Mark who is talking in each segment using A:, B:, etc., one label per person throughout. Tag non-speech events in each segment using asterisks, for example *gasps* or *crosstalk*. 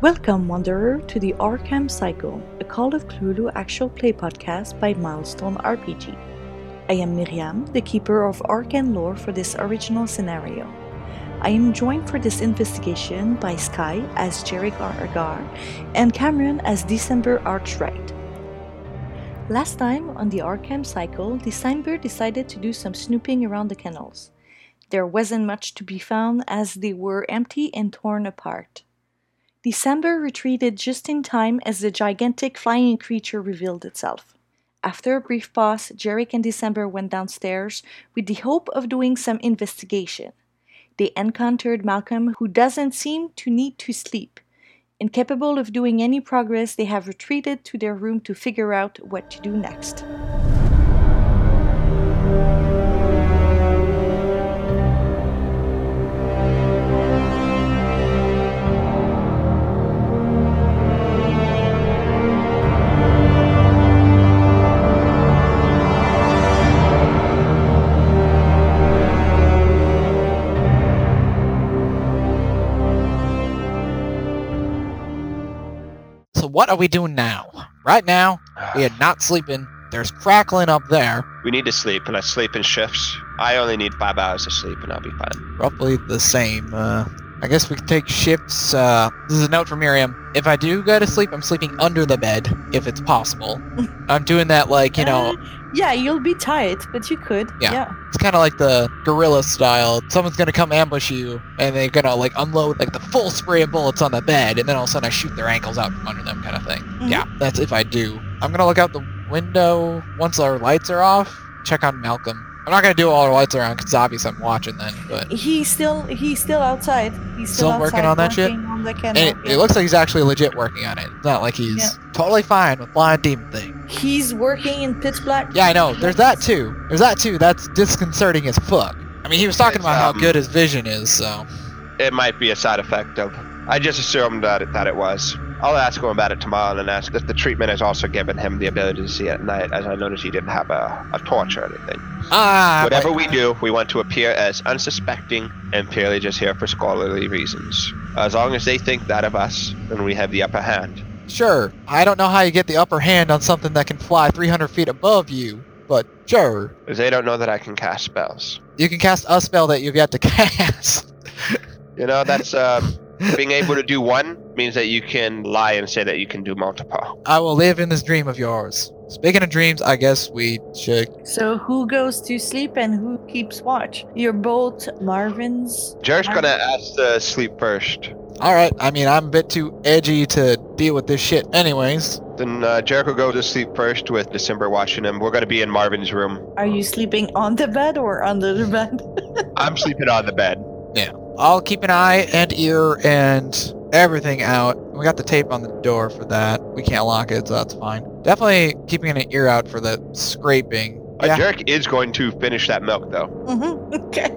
A: Welcome, Wanderer, to the Arkham Cycle, a Call of Cthulhu actual play podcast by Milestone RPG. I am Miriam, the keeper of Arkham lore for this original scenario. I am joined for this investigation by Sky as Jerick R. Agar and Cameron as December Archright. Last time on the Arkham Cycle, December decided to do some snooping around the kennels. There wasn't much to be found as they were empty and torn apart. December retreated just in time as the gigantic flying creature revealed itself. After a brief pause, Jarek and December went downstairs with the hope of doing some investigation. They encountered Malcolm, who doesn't seem to need to sleep. Incapable of doing any progress, they have retreated to their room to figure out what to do next.
B: So what are we doing now? Right now, *sighs* we are not sleeping. There's crackling up there.
C: We need to sleep, and I sleep in shifts. I only need five hours of sleep, and I'll be fine.
B: Roughly the same. Uh, I guess we could take shifts. Uh, this is a note from Miriam. If I do go to sleep, I'm sleeping under the bed, if it's possible. I'm doing that like, you know,
A: Uh, Yeah, you'll be tired, but you could.
B: Yeah. it's kind of like the gorilla style. Someone's going to come ambush you, and they're going to like unload like the full spray of bullets on the bed, and then all of a sudden I shoot their ankles out from under them kind of thing.
A: Mhm.
B: Yeah, that's if I do. I'm going to look out the window once our lights are off, check on Malcolm. I'm not going to do all our lights are on because obviously I'm watching then, but...
A: He's still he's still outside. He's still,
B: Still working
A: outside
B: on that shit?
A: working on the
B: And
A: kennel.
B: it, it looks like he's actually legit working on it. It's not like he's totally fine with blind demon thing.
A: he's working in pitch black.
B: Yeah, I know. There's that too. There's that too. That's disconcerting as fuck. I mean, he was talking
C: It's,
B: about how
C: um,
B: good his vision is, so.
C: It might be a side effect of. I just assumed that it, that it was. I'll ask him about it tomorrow and ask if the treatment has also given him the ability to see at night, as I noticed he didn't have a, a torch or anything.
B: Ah,
C: Whatever
B: but-
C: we do, we want to appear as unsuspecting and purely just here for scholarly reasons. As long as they think that of us, then we have the upper hand.
B: Sure. I don't know how you get the upper hand on something that can fly 300 feet above you, but sure.
C: Because they don't know that I can cast spells.
B: You can cast a spell that you've yet to *laughs* cast.
C: You know, that's. Um, being able to do one means that you can lie and say that you can do multiple.
B: I will live in this dream of yours. Speaking of dreams, I guess we should.
A: So who goes to sleep and who keeps watch? You're both Marvin's.
C: Jared's gonna ask to sleep first.
B: All right. I mean, I'm a bit too edgy to deal with this shit, anyways.
C: Then uh, Jericho goes to sleep first with December watching him. We're gonna be in Marvin's room.
A: Are you sleeping on the bed or under the bed? *laughs*
C: I'm sleeping on the bed.
B: I'll keep an eye and ear and everything out. We got the tape on the door for that. We can't lock it, so that's fine. Definitely keeping an ear out for the scraping.
C: Uh,
B: Yeah,
C: Jerick is going to finish that milk though.
A: hmm Okay.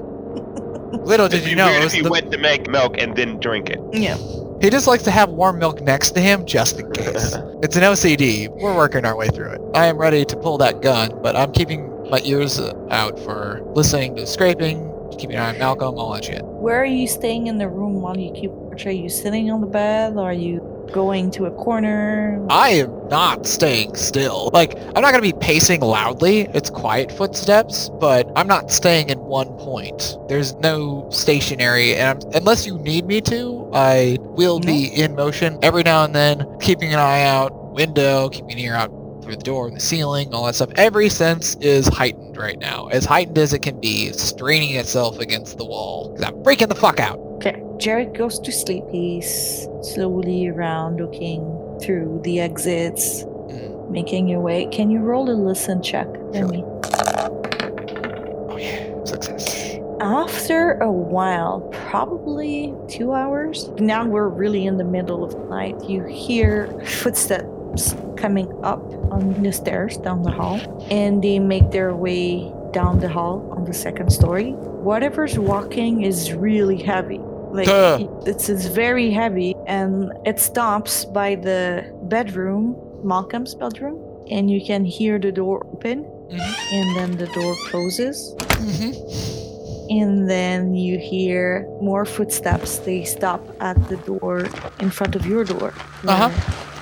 B: little did
C: *laughs* It'd
B: you
C: be
B: know,
C: weird
B: it
C: if
B: was
C: he
B: the-
C: went to make milk and then drink it.
A: Yeah.
B: he just likes to have warm milk next to him just in case. it's an OCD. We're working our way through it. I am ready to pull that gun, but I'm keeping my ears uh, out for listening to scraping, keeping an eye on Malcolm, all that shit.
A: Where are you staying in the room while you keep watch? Are you sitting on the bed? Are you going to a corner?
B: I am not staying still. Like, I'm not going to be pacing loudly. It's quiet footsteps, but I'm not staying in one point. There's no stationary, and I'm, unless you need me to, I will be in motion every now and then, keeping an eye out, window, keeping an ear out through the door, the ceiling, all that stuff. Every sense is heightened right now. As heightened as it can be, straining itself against the wall. 'Cause I'm freaking the fuck out.
A: Okay. Jared goes to sleep. He's slowly around looking through the exits,
B: Mm.
A: making your way. Can you roll a listen check for
B: Sure.
A: me?
B: Oh, yeah. Success.
A: After a while, probably two hours, now we're really in the middle of the night. You hear footsteps coming up on the stairs down the hall, and they make their way down the hall on the second story. Whatever's walking is really heavy. Like
B: Duh.
A: it- it's, it's very heavy, and it stops by the bedroom, Malcolm's bedroom, and you can hear the door open,
B: Mhm.
A: and then the door closes
B: Mm-hmm.
A: and then you hear more footsteps. They stop at the door in front of your door.
B: Uh-huh.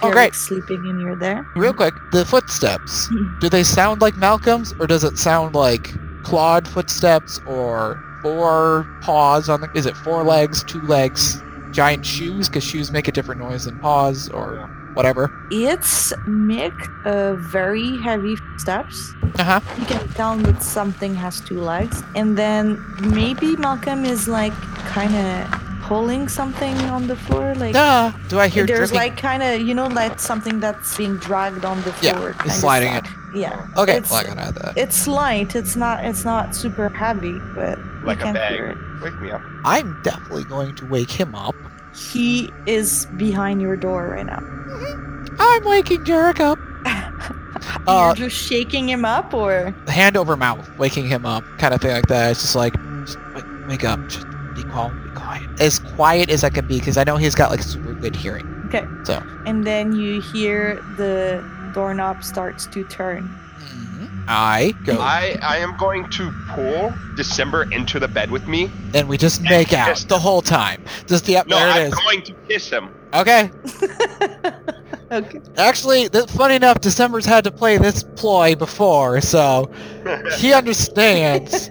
A: where
B: Oh,
A: you're,
B: great.
A: like, sleeping and you're there.
B: Real quick, the
A: *laughs*
B: footsteps. Do they sound like Malcolm's, or does it sound like clawed footsteps, or four paws on the? Is it four legs, two legs, giant shoes? Because shoes make a different noise than paws, or whatever.
A: It's make uh, very heavy steps.
B: Uh huh.
A: You can tell that something has two legs, and then maybe Malcolm is like kind of pulling something on the floor. Like
B: Duh. Do Ah, I hear
A: there's
B: dripping?
A: like kind of you know like something that's being dragged on the
B: Yeah,
A: floor.
B: it's
A: kinda
B: sliding
A: stuck. Yeah.
B: okay.
A: it's-
B: Well, I gotta add that.
A: It's light. It's not. It's not super heavy, but you
C: Like a
A: can
C: bag.
A: hear it.
C: Wake me up.
B: I'm definitely going to wake him up.
A: He is behind your door right now.
B: I'm waking
A: *laughs*
B: Jarek up. Uh,
A: You're just shaking him up, or
B: hand over mouth, waking him up, kind of thing like that. It's just like, just wake, wake up, just be calm, be quiet. As quiet as I can be, because I know he's got like super good hearing.
A: okay.
B: So.
A: And then you hear the doorknob starts to turn. *laughs*
B: I go,
C: Mm-hmm. I, I am going to pull December into the bed with me.
B: and we just make out
C: Yes.
B: the whole time. Just the
C: No,
B: there
C: I'm
B: it is.
C: going to kiss him.
B: Okay,
A: okay.
B: actually, th- funny enough, December's had to play this ploy before, so *laughs* he understands.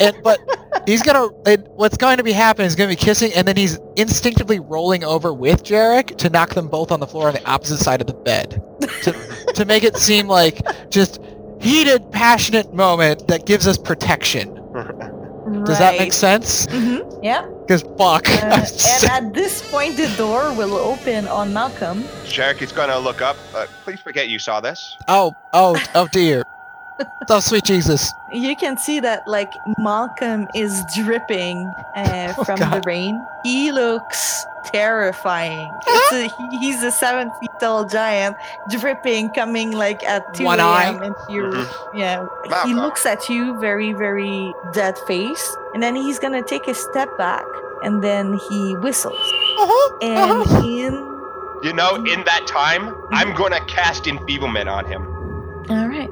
B: and but he's gonna. And what's going to be happening is gonna be kissing, and then he's instinctively rolling over with Jarek to knock them both on the floor on the opposite side of the bed, to, to make it seem like just heated, passionate moment that gives us protection. Does that make sense?
A: Mm-hmm.
B: *laughs*
A: Yeah.
B: Because fuck.
A: Uh, and at this point, the door will open on Malcolm.
C: Jarek is going to look up. Uh, please forget you saw this.
B: oh, oh, oh
A: *laughs*
B: dear. Oh sweet Jesus.
A: You can see that like Malcolm is dripping uh,
B: *laughs* Oh,
A: from the
B: God.
A: rain. He looks
B: *laughs*
A: terrifying. It's a, he- he's a seven feet tall giant, dripping, coming like at two
B: One eye.
A: a.m. into your
C: Mhm.
A: yeah. He
C: Malcolm.
A: looks at you very, very dead face, and then he's gonna take a step back, and then he whistles,
B: Uh-huh,
A: and
B: uh-huh.
A: in.
C: You know, in that time,
B: Mm-hmm.
C: I'm going to cast Enfeeblement on him.
A: All right.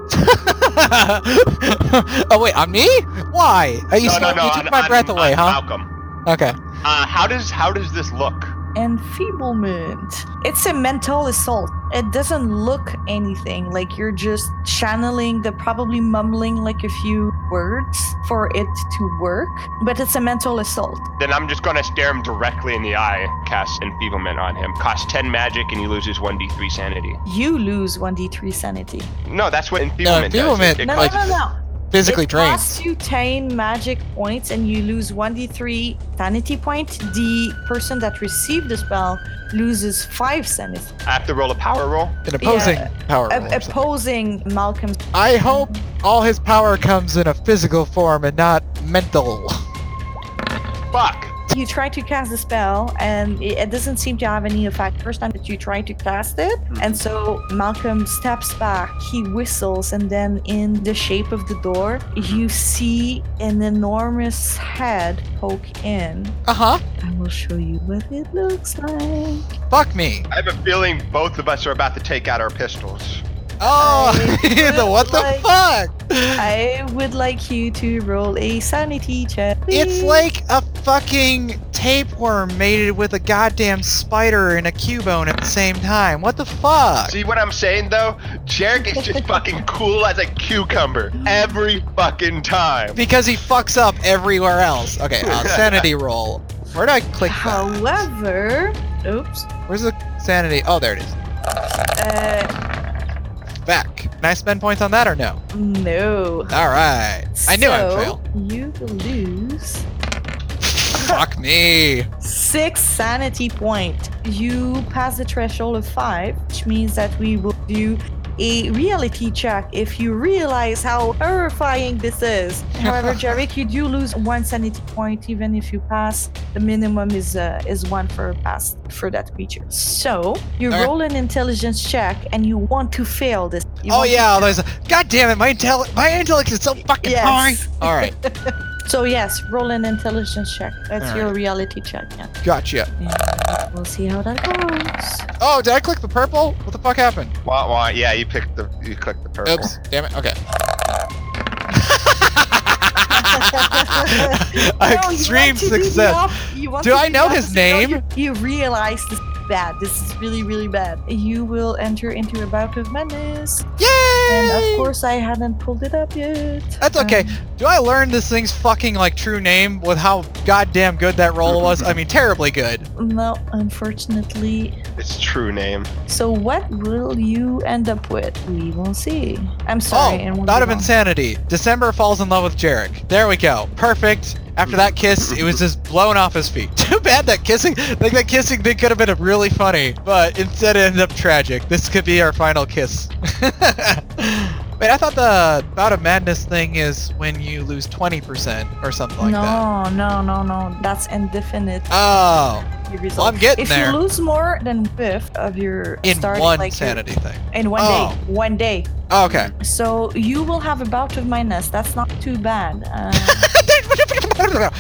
B: *laughs* oh wait, on me? Why? Are you,
C: no, no,
B: scared-
C: no.
B: you took
C: on-
B: my
C: on-
B: breath away,
C: on
B: huh?
C: Malcolm.
B: Okay.
C: Uh, how does how does this look?
A: enfeeblement. It's a mental assault. It doesn't look anything like you're just channeling the probably mumbling like a few words for it to work, but it's a mental assault.
C: Then I'm just gonna stare him directly in the eye, cast enfeeblement on him. Cost 10 magic and he loses 1d3 sanity.
A: You lose 1d3 sanity.
C: No, that's what enfeeblement does.
B: enfeeblement-
C: It- it
A: No,
B: Like-
A: no, no, no.
B: Physically
A: it
B: drained.
A: costs you 10 magic points and you lose 1d3 sanity point. The person that received the spell loses 5 sanity.
C: I have to roll a power roll.
B: An opposing power.
A: A-
B: roll or something.
A: opposing Malcolm's
B: I hope all his power comes in a physical form and not mental. *laughs*
C: Fuck!
A: you try to cast the spell and it, it doesn't seem to have any effect first time that you try to cast it
B: Hmm.
A: and so malcolm steps back he whistles and then in the shape of the door you see an enormous head poke in
B: Uh huh.
A: i will show you what it looks like
B: Fuck me.
C: I have a feeling both of us are about to take out our pistols.
B: Oh, *laughs*
A: I
B: the- what the
A: like-
B: fuck?
A: i would like you to roll a sanity check
B: It's
A: please.
B: like a fucking tapeworm mated with a goddamn spider and a cubone at the same time. What the fuck?
C: See what I'm saying though? Jarek
B: *laughs*
C: is just fucking cool as a cucumber every fucking time.
B: Because he fucks up everywhere else. Okay, uh, sanity roll. Where do I click? that?
A: however oops
B: Where's the sanity? Oh, there it is.
A: uh
B: Back. Can I spend points on that or no?
A: no
B: All right. I knew I would
A: so
B: fail.
A: you lose
B: Fuck me.
A: Six sanity point. You pass the threshold of five, which means that we will do a reality check if you realize how horrifying this
B: *laughs*
A: is. However, Jarek, you do lose one sanity point even if you pass. The minimum is uh, is one for a pass for that creature. So you
B: Okay.
A: roll an intelligence check and you want to fail this. You
B: oh
A: want to
B: yeah. There's. A, God damn it. My intel. My intellect is so fucking
A: Yes. *laughs*
B: high. All right.
A: So yes, roll an intelligence check. That's
B: All
A: your
B: right.
A: reality check. Yeah.
B: Gotcha.
A: And we'll see how that goes.
B: Oh, did I click the purple? What the fuck happened?
C: Wah, wah, yeah,
B: *laughs*
C: you picked the you clicked the purple.
B: Oops. Damn it. Okay.
A: *laughs* No, you
B: Extreme
A: want to do the
B: success.
A: op- you want
B: Do
A: to
B: I
A: the
B: know his
A: opposite.
B: name?
A: No, you, you realize this is bad. This is really, really bad. You will enter into a bout of madness. And
B: Yay!
A: of course, I hadn't pulled it up yet.
B: That's okay. Do I learn this thing's fucking like true name with how goddamn good that roll was? I mean, terribly good.
A: Um, no, unfortunately.
C: Its true name.
A: So, what will you end up with? We will see. I'm *laughs* sorry. and
B: oh,
A: we'll
B: not
A: be
B: of
A: wrong.
B: insanity. December falls in love with Jarek. There we go. Perfect. After that kiss, it was just blown off his feet. *laughs* Too bad that kissing, like that kissing thing could have been really funny, but instead it ended up tragic. This could be our final kiss. *laughs* Wait, I thought the bout of madness thing is when you lose 20% or something like
A: no,
B: that.
A: no, no, no. That's indefinite.
B: Oh,
A: your
B: well,
A: result.
B: I'm getting
A: if
B: there
A: you lose more than fifth of your
B: in
A: starting,
B: one
A: like your-
B: sanity thing.
A: in one
B: Oh.
A: day, one day,
B: Oh, okay.
A: So you will have a bout of minus. That's not too bad. Uh,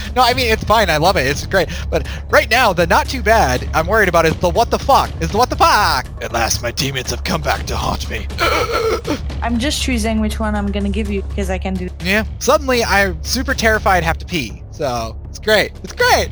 B: *laughs* no, I mean it's fine. I love it. It's great. But right now, the not too bad I'm worried about is the what the fuck is the what the fuck. At last, my demons have come back to haunt me. *laughs*
A: I'm just choosing which one I'm gonna give you because I can do.
B: yeah. Suddenly, I'm super terrified. Have to pee. So it's great. It's
C: *laughs*
B: great.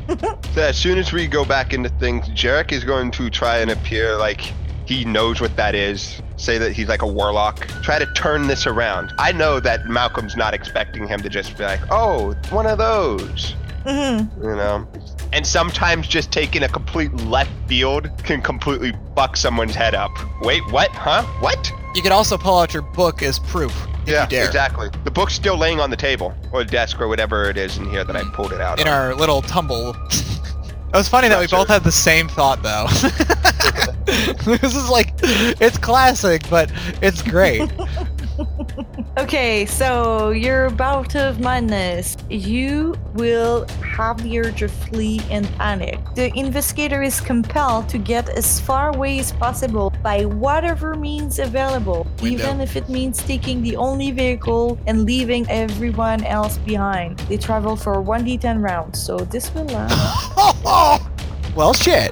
C: So as soon as we go back into things, Jarek is going to try and appear like he knows what that is. Say that he's like a warlock. Try to turn this around. I know that Malcolm's not expecting him to just be like, oh, one of those,
A: Mhm.
C: you know? And sometimes just taking a complete left field can completely buck someone's head up. Wait, what? Huh? What?
B: You could also pull out your book as proof if
C: yeah,
B: you dare.
C: exactly. The book's still laying on the table or desk or whatever it is in here that I pulled it out
B: In
C: of.
B: our little tumble. *laughs* it was funny that we both had the same thought though. *laughs*
C: *laughs*
B: this is like, it's classic, but it's great.
A: Okay, so your bout of madness. You will have the urge to flee and panic. The investigator is compelled to get as far away as possible by whatever means available,
B: Window.
A: even if it means taking the only vehicle and leaving everyone else behind. They travel for 1d10 rounds, so this will uh, last.
B: *laughs* well, shit.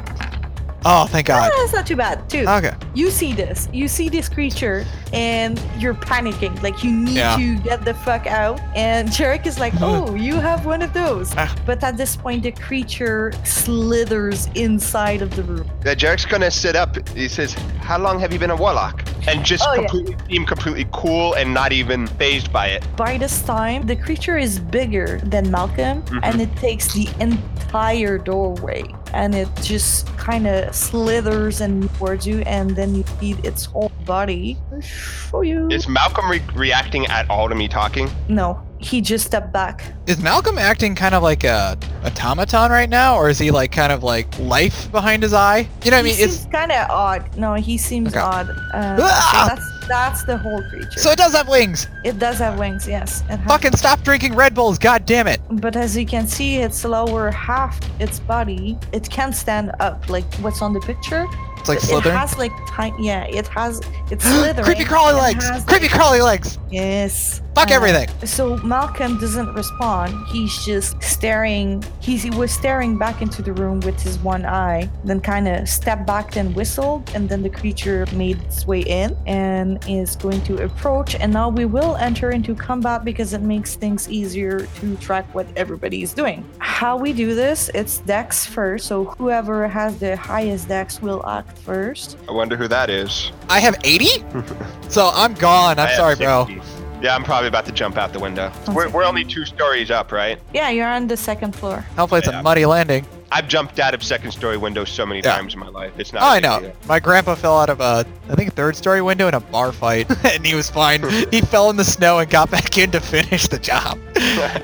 B: Oh, thank God.
A: Ah, that's not too bad, too.
B: Okay.
A: you see this. You see this creature, and you're panicking. Like you need
B: Yeah.
A: to get the fuck out. And Jarek is like, "Oh, you have one of those."
B: Ah.
A: But at this point, the creature slithers inside of the room.
C: Yeah, Jarek's gonna sit up. He says, "How long have you been a warlock?" And just
A: Oh, yeah.
C: completely seem completely cool and not even phased by it.
A: By this time, the creature is bigger than Malcolm,
B: Mm-hmm.
C: Mhm.
A: and it takes the entire doorway, and it just kind of slithers and towards you, and then you see its whole body. Show you.
C: Is Malcolm re- reacting at all to me talking?
A: no, he just stepped back.
B: Is Malcolm acting kind of like a automaton right now, or is he like kind of like life behind his eye? You know what I mean?
A: he
B: It's
A: seems kind of odd. No, he seems
B: Okay.
A: odd. Uh,
B: Ah!
A: so that's that's the whole creature.
B: so it does have wings.
A: it does have wings, yes. It has,
B: Fucking stop drinking Red Bulls, god damn it!
A: But as you can see, it's lower half its body. It can't stand up, like what's on the picture.
B: It's like
A: It- It
B: slithering.
A: has like tiny. Yeah, it has. It's slithering.
B: *gasps* Creepy crawly
A: and
B: legs.
A: has-
B: Creepy crawly legs.
A: Yes.
B: Fuck
A: Uh,
B: everything.
A: So Malcolm doesn't respond. He's just staring. He's, he was staring back into the room with his one eye, then kind of stepped back and whistled. And then the creature made its way in and is going to approach. And now we will enter into combat because it makes things easier to track what everybody is doing. How we do this, it's dex first. So whoever has the highest dex will act first.
C: I wonder who that is.
B: I have 80?
C: *laughs*
B: so I'm gone.
C: I
B: I'm
C: have
B: sorry, bro.
C: 60. Yeah, I'm probably about to jump out the window.
A: One
C: We're,
A: second.
C: we're only two stories up, right?
A: Yeah, you're on the second floor.
B: Hopefully it's
C: Yeah.
B: a muddy landing.
C: I've jumped out of second story windows so many
B: Yeah.
C: times in my life. It's not.
B: Oh,
C: a
B: I
C: big
B: know.
C: deal.
B: My grandpa fell out of a, I think, a third-story window in a bar fight, *laughs* and he was fine. he fell in the snow and got back in to finish the job.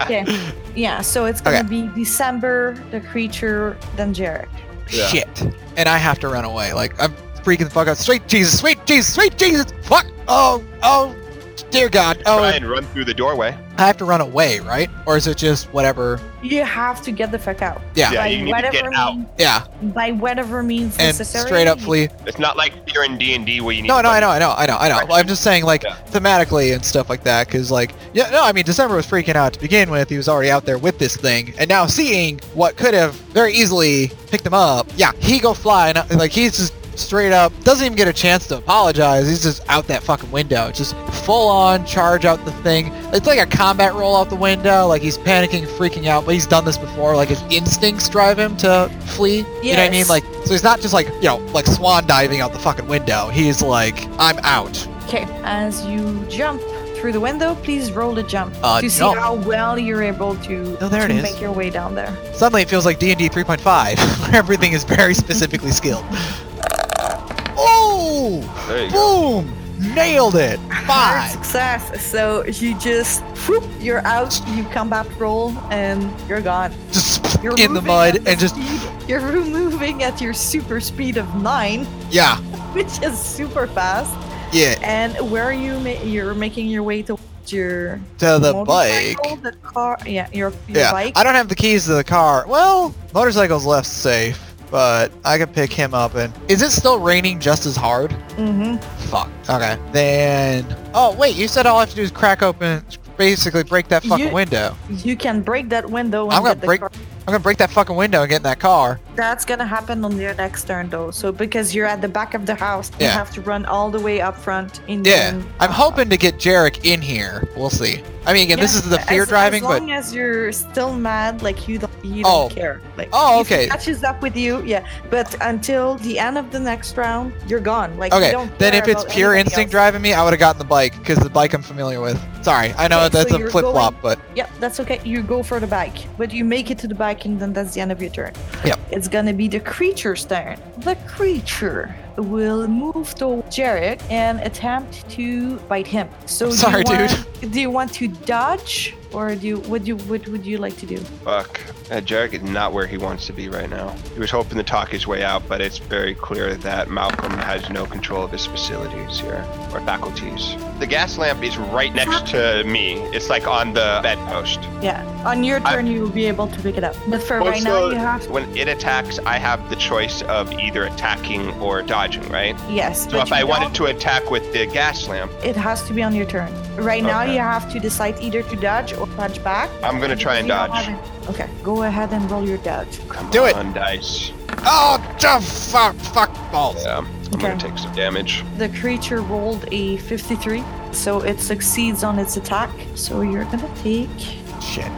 A: Okay. *laughs* Yeah, so it's gonna
B: Okay.
A: be December, the creature, then Jarek.
C: Yeah.
B: Shit. And I have to run away. Like I'm freaking the fuck out. Sweet Jesus, sweet Jesus, sweet Jesus. Fuck. Oh, oh, dear God. Oh,
C: Try and run through the doorway.
B: I have to run away, right? Or is it just whatever?
A: You have to get the fuck out.
B: Yeah.
C: Yeah, you need to get out.
A: mean-
B: Yeah.
A: by whatever means
B: And
A: necessary.
B: straight up flee.
C: It's not like here in D and D where you need.
B: No,
C: to
B: no,
C: run
B: I know, I know, I know, I know. Well, I'm just saying, like,
C: Yeah.
B: thematically and stuff like that, because, like, yeah, no, I mean, December was freaking out to begin with. He was already out there with this thing, and now seeing what could have very easily picked him up, yeah, he go fly, and uh, like, he's just straight up doesn't even get a chance to apologize. He's just out that fucking window. Just full on charge out the thing. It's like a combat roll out the window. Like he's panicking, freaking out, but he's done this before. Like his instincts drive him to flee. You know what I mean?
A: Yes.
B: Like so he's not just like, you know, like swan diving out the fucking window. He's like, I'm out.
A: Okay, as you jump through the window, please roll the jump
B: Uh,
A: to see
B: jump.
A: how well you're able to,
B: Oh, there
A: to
B: it is.
A: make your way down there.
B: Suddenly it feels like D&D 3.5, *laughs* where everything is very specifically skilled. *laughs* Oh!
C: There you go.
B: Boom! Nailed it!
A: *laughs* Hard
B: Five!
A: Success. So you just, whoop, you're out. You come back, roll, and you're gone.
B: Just
A: You're
B: in the
A: moving
B: mud
A: at
B: and just,
A: speed- You're *laughs* moving at your super speed of nine,
B: yeah,
A: which is super fast.
B: yeah,
A: And where are you? Ma- you're making your way to your
B: to the bike.
A: motorcycle, The car. Yeah, your, your
B: Yeah,
A: bike.
B: I don't have the keys to the car. Well, motorcycle's left safe, but I can pick him up and... Is it still raining just as hard?
A: hmm
B: Fuck. Okay. Then... Oh, wait, you said all I have to do is crack open, basically break that fucking
A: You-
B: window.
A: You can break that window. And
B: I'm gonna
A: get the
B: break-
A: Car.
B: I'm gonna break that fucking window and get in that car.
A: That's gonna happen on your next turn though. So because you're at the back of the house, you
B: Yeah.
A: have to run all the way up front. In
B: Yeah, I'm
A: Oh.
B: hoping to get Jarek in here. We'll see. I mean, again, this is the fear driving,
A: As
B: but
A: long as you're still mad, like you don't, you don't
B: Oh.
A: care. Like,
B: Oh,
A: if he
B: okay.
A: catches up with you, yeah. But until the end of the next round, you're gone. Like you
B: okay.
A: don't
B: Then
A: care
B: if it's
A: about
B: pure
A: anybody
B: instinct
A: else.
B: driving me, I would have gotten the bike because the bike I'm familiar with. Sorry, I know
A: Okay,
B: that's
A: so
B: a
A: you're
B: flip flop, but
A: Yep, that's okay. You go for the bike, but you make it to the bike, and then that's the end of your turn.
B: Yep.
A: It's gonna be the creature's turn. The creature will move toward Jarek and attempt to bite him. So do you
B: Sorry, dude.
A: want- Do you want to dodge, or do you what do you what would you like to do?
C: Fuck. That Jarek is not where he wants to be right now. He was hoping to talk his way out, but it's very clear that Malcolm has no control of his facilities here or faculties. The gas lamp is right next to me. It's like on the bedpost.
A: Yeah. On your
C: I-
A: turn, you will be able to pick it up. But for
C: Well,
A: right now,
C: so-
A: you have
C: When it attacks, I have the choice of either attacking or dodging, right?
A: yes.
C: So
A: but
C: if
A: you
C: I
A: don't-
C: wanted to attack with the gas lamp,
A: it has to be on your turn. Right now,
C: Okay.
A: you have to decide either to dodge or dodge back.
C: I'm gonna try and
A: You don't
C: dodge.
A: have it. Okay, go ahead and roll your dodge.
C: Come
B: Do it.
C: on, dice.
B: oh, just fuck, fuck balls.
C: Yeah, I'm
A: Okay.
C: gonna take some damage.
A: The creature rolled a 53, so it succeeds on its attack. So you're gonna take.
B: Shit.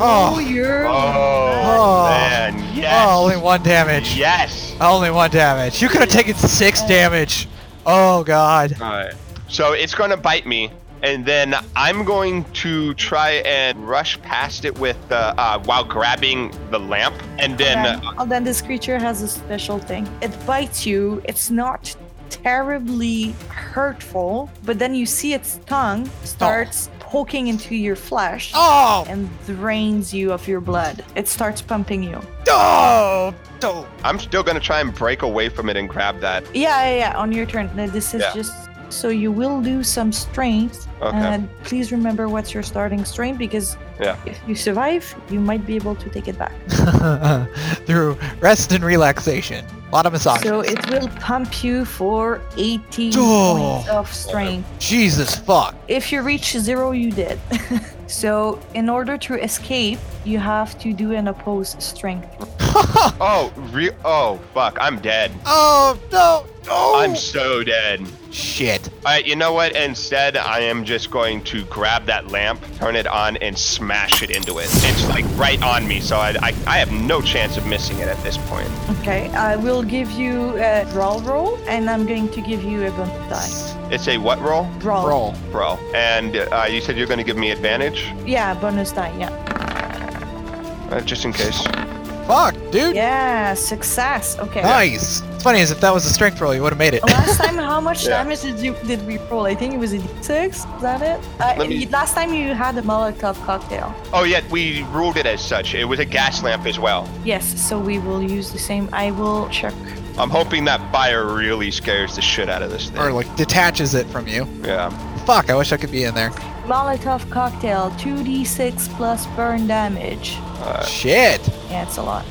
A: oh
B: Oh,
A: you're.
C: Oh,
B: Oh.
C: man, yes.
B: oh, only one damage.
C: Yes.
B: Only one damage. You could have taken six damage. Oh god.
C: Alright. So it's going to bite me, and then I'm going to try and rush past it with uh, uh, while grabbing the lamp, and then
A: Then,
C: uh,
A: oh, then this creature has a special thing. It bites you. It's not terribly hurtful, but then you see its tongue starts poking into your flesh
B: Oh,
A: and drains you of your blood. It starts pumping you.
B: oh, oh.
C: I'm still going to try and break away from it and grab that.
A: Yeah, yeah, yeah. On your turn. Now, This is
C: Yeah.
A: just so you will lose some strength.
C: Okay.
A: And please remember what's your starting strength because
C: Yeah.
A: if you survive, you might be able to take it back.
B: *laughs* Through rest and relaxation. A lot of massages.
A: So it will pump you for 18
B: Oh.
A: points of strength.
B: Jesus fuck.
A: If you reach zero, you did. *laughs* so in order to escape, you have to do an opposed strength. roll.
C: Oh, re- oh, fuck! I'm dead.
B: oh no! No!
C: I'm so dead.
B: Shit.
C: All right, you know what? Instead, I am just going to grab that lamp, turn it on, and smash it into it. It's like right on me, so I, I, I have no chance of missing it at this point.
A: Okay, I will give you a brawl roll, and I'm going to give you a bonus die.
C: It's a what roll,
A: Brawl.
B: Roll.
C: bro? And uh, you said you're going to give me advantage.
A: Yeah, bonus die. Yeah.
C: Uh, just in case.
B: Fuck, dude.
A: Yeah, success. Okay.
B: Nice. It's funny as if that was a strength roll, you would have made it.
A: Last time, how much
C: Yeah.
A: damage did you did we roll? I think it was a d6. Is that it? Uh,
C: Let me-
A: you- Last time you had a Molotov cocktail.
C: Oh, yeah, we ruled it as such. It was a gas lamp as well.
A: Yes, so we will use the same. I will check.
C: I'm hoping that fire really scares the shit out of this thing.
B: Or like detaches it from you.
C: yeah.
B: Fuck, I wish I could be in there.
A: Molotov cocktail, 2d6 plus burn damage.
C: Uh,
B: Shit.
A: Yeah, it's a lot.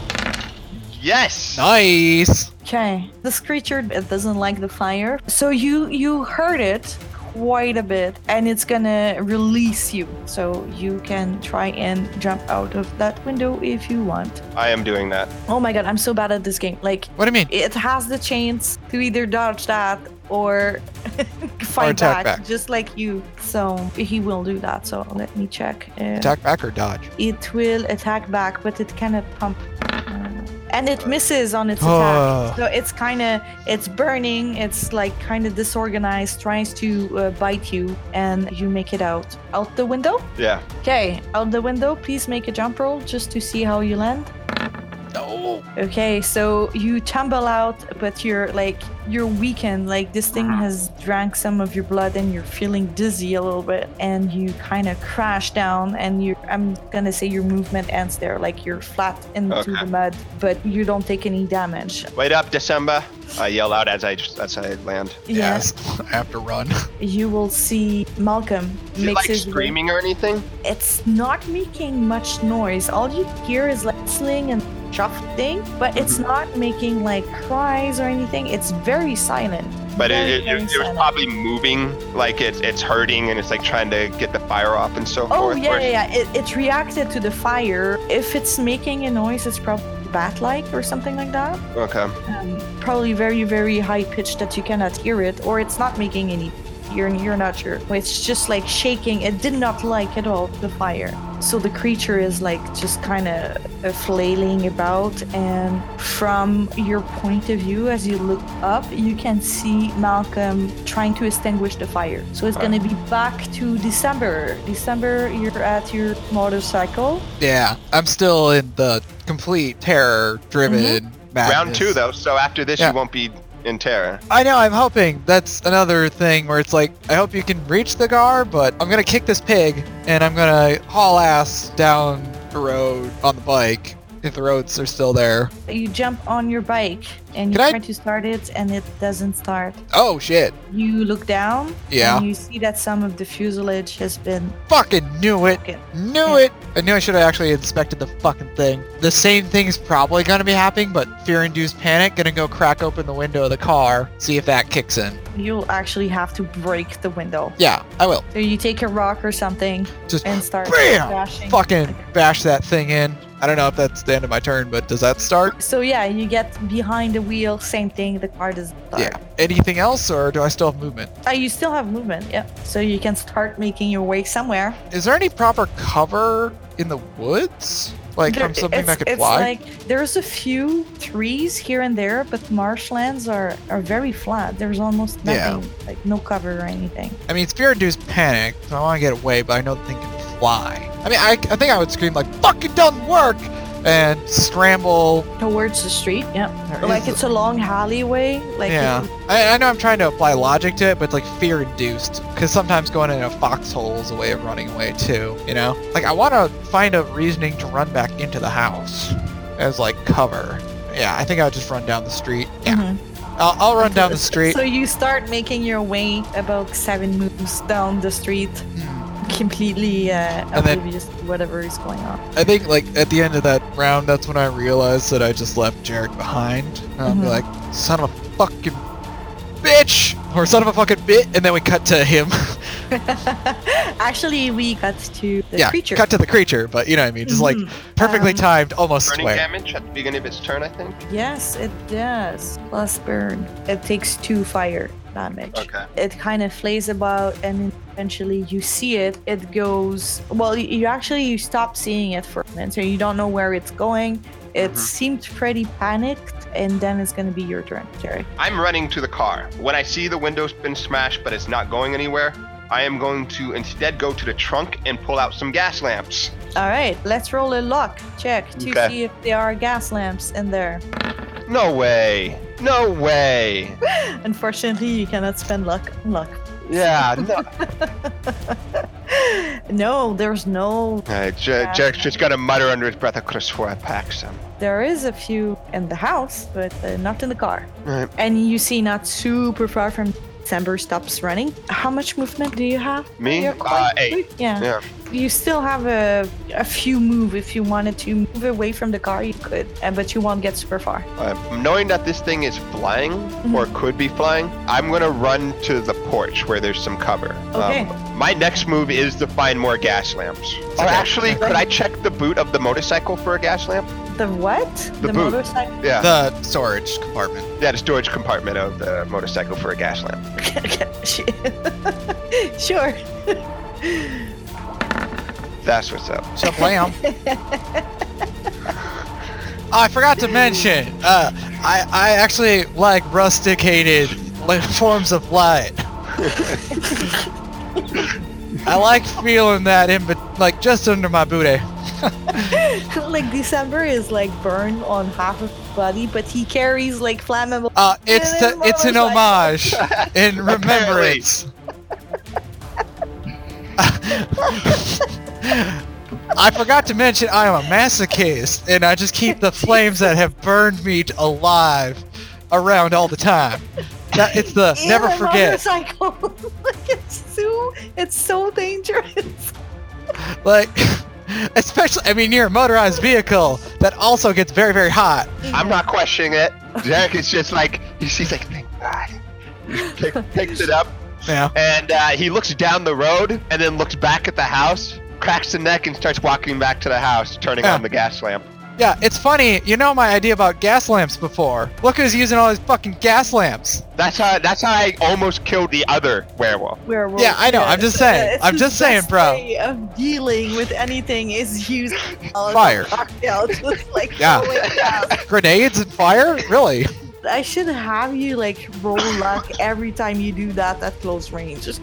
C: yes.
B: Nice.
A: Okay, this creature it doesn't like the fire, so you you hurt it quite a bit and it's gonna release you. So you can try and jump out of that window if you want.
C: I am doing that.
A: Oh my god, I'm so bad at this game. Like,
B: What do you mean?
A: it has the chance to either dodge that or *laughs* fight
B: attack
A: back,
B: back.
A: just like you. So he will do that. So let me check. Uh,
B: Attack back or dodge?
A: It will attack back, but it cannot pump. Uh, And it misses on its
B: Oh.
A: attack. So it's kind of, it's burning, it's like kind of disorganized, tries to uh, bite you, and you make it out. Out the window?
C: Yeah.
A: Okay, out the window, please make a jump roll just to see how you land.
B: No.
A: Okay, so you tumble out, but you're like you're weakened. Like this thing has drank some of your blood, and you're feeling dizzy a little bit. And you kind of crash down, and you I'm gonna say your movement ends there. Like you're flat into
C: Okay.
A: the mud, but you don't take any damage.
C: Wait up, December. I yell out as I just, as I land.
A: Yes,
B: *laughs* I have to run.
A: you will see Malcolm
C: Is it like
A: his way-
C: screaming or anything?
A: It's not making much noise. All you hear is like sling and shuffling, but it's
C: Mm-hmm.
A: not making like cries or anything. It's very silent.
C: But it,
A: Very,
C: it,
A: very
C: it, was
A: silent.
C: probably moving, like it's it's hurting and it's like trying to get the fire off and so
A: Oh
C: forth.
A: yeah,
C: Or-
A: yeah, yeah. It, it reacted to the fire. If it's making a noise, it's probably bat-like or something like that.
C: Okay.
A: Um, probably very, very high pitched that you cannot hear it, or it's not making any. You're you're not sure. It's just like shaking. It did not like at all the fire. So the creature is like just kind of flailing about, and from your point of view, as you look up, you can see Malcolm trying to extinguish the fire. So it's gonna be back to December. December, you're at your motorcycle.
B: Yeah, I'm still in the complete terror-driven madness.
C: Round two though, so after this
B: Yeah.
C: you won't be in terror.
B: I know. I'm hoping that's another thing where it's like I hope you can reach the gar, but I'm gonna kick this pig and I'm gonna haul ass down the road on the bike if the roads are still there.
A: You jump on your bike and you
B: Can I-
A: try to start it, and it doesn't start.
B: Oh shit!
A: You look down.
B: Yeah.
A: And you see that some of the fuselage has been
B: Fucking knew it.
A: broken.
B: Knew it! I knew I should have actually inspected the fucking thing. The same thing's probably gonna be happening, but fear-induced panic, gonna go crack open the window of the car, see if that kicks in.
A: You'll actually have to break the window.
B: Yeah, I will.
A: So you take a rock or something
B: Just
A: and start
B: Bam!
A: bashing.
B: fucking bash that thing in. I don't know if that's the end of my turn, but does that start?
A: So yeah, you get behind the wheel. Same thing. The car doesn't start.
B: Yeah. Anything else, or do I still have movement?
A: Uh, you still have movement. Yeah. So you can start making your way somewhere.
B: Is there any proper cover in the woods? Like
A: There-
B: from something that
A: it's-
B: could
A: it's
B: fly?
A: like there's a few trees here and there, but marshlands are are very flat. There's almost
B: Yeah.
A: nothing, like no cover or anything.
B: I mean, it's fear-induced panic, so I want to get away, but I know the thing can fly. I mean, I, I think I would scream like, "Fuck! It doesn't work!" and scramble
A: Towards the street. Yeah.
B: There
A: Like
B: is-
A: it's a long alleyway. Like
B: yeah, I, I know I'm trying to apply logic to it, but it's like fear induced. Because sometimes going in a foxhole is a way of running away too. You know, like I want to find a reasoning to run back into the house as like cover. Yeah, I think I'll just run down the street. Yeah,
A: Mhm.
B: I'll, I'll
A: *laughs*
B: run down the street.
A: So you start making your way about seven moves down the street,
B: Hmm.
A: completely uh,
B: And then-
A: oblivious to whatever is going on. *laughs*
B: I think like at the end of that round, that's when I realized that I just left Jarek behind. And I'll be
A: Mhm.
B: like, son of a fucking bitch, or son of a fucking bit, and then we cut to him. *laughs*
A: Actually, we got to the
B: yeah,
A: creature.
B: cut to the creature, but you know what I mean. Just like
A: Mhm.
B: perfectly
A: Um,
B: timed, almost
C: Burning
B: square.
C: damage at the beginning of its turn, I think.
A: Yes, it does. Plus burn. It takes two fire damage.
C: Okay.
A: It kind of flays about, and eventually you see it. It goes well. y- You actually you stop seeing it for a minute, so you don't know where it's going. It
C: Mhm.
A: seemed pretty panicked, and then it's gonna be your turn, Jerry.
C: I'm running to the car. When I see the window's been smashed but it's not going anywhere, I am going to instead go to the trunk and pull out some gas lamps.
A: All right, let's roll a luck check to
C: Okay.
A: see if there are gas lamps in there.
C: No way. No way.
A: Unfortunately, you cannot spend luck on luck.
C: Yeah. No.
A: no, there's no.
C: Uh, Jer- Jarek's just gonna mutter under his breath. I could have swore I packed some.
A: There is a few in the house, but uh, not in the car.
C: Right.
A: And you see, not super far from December stops running. How much movement do you have?
C: Me?
A: You're
C: Uh,
A: quite
C: eight.
A: quick. Yeah.
C: Yeah.
A: you still have a a few move if you wanted to move away from the car. You could, uh, but you won't get super far.
C: Uh, knowing that this thing is flying or could be flying, I'm gonna run to the porch where there's some cover.
A: Okay.
C: Um, my next move is to find more gas lamps. Or
B: Okay.
C: actually, could I check the boot of the motorcycle for a gas lamp?
A: The what?
C: The boot.
A: motorcycle.
C: Yeah,
B: The storage compartment.
C: yeah, the storage compartment of the motorcycle for a gas lamp.
A: *laughs* sure.
C: That's what's up.
B: So blam. Oh, I forgot to mention, uh, I, I actually like rusticated li- forms of light. I like feeling that in, bet like just under my booty.
A: *laughs* like December is like burned on half of his body, but he carries like flammable.
B: Uh, it's
A: Yeah,
B: the, it's an
A: motorcycle.
B: homage in remembrance. I forgot to mention I am a masochist, and I just keep the flames that have burned me t- alive around all the time. That,
A: *laughs*
B: it's the
A: in
B: never
A: a
B: forget.
A: Motorcycle. *laughs* like it's so it's so dangerous.
B: Like, *laughs* especially I mean, near a motorized vehicle that also gets very very hot.
C: I'm not
B: *laughs*
C: questioning it. Derek is just like he's, he's like, thank God. He pick- picks it up
B: Yeah.
C: and uh, he looks down the road and then looks back at the house, cracks the neck, and starts walking back to the house, turning
B: Yeah.
C: on the gas lamp.
B: Yeah, it's funny. You know my idea about gas lamps before. Look who's using all these fucking gas lamps.
C: That's how. That's how I almost killed the other werewolf.
A: Werewolf.
B: Yeah, I know, I'm just saying.
A: it's
B: I'm
A: his
B: just saying,
A: best
B: bro.
A: Way of dealing with anything is using
B: *laughs*
A: *laughs*
B: Fire.
A: Cocktail, just like
B: Yeah.
A: throwing gas.
B: Grenades and fire? Really?
A: I should have you like roll luck every time you do that at close range. *laughs* Just,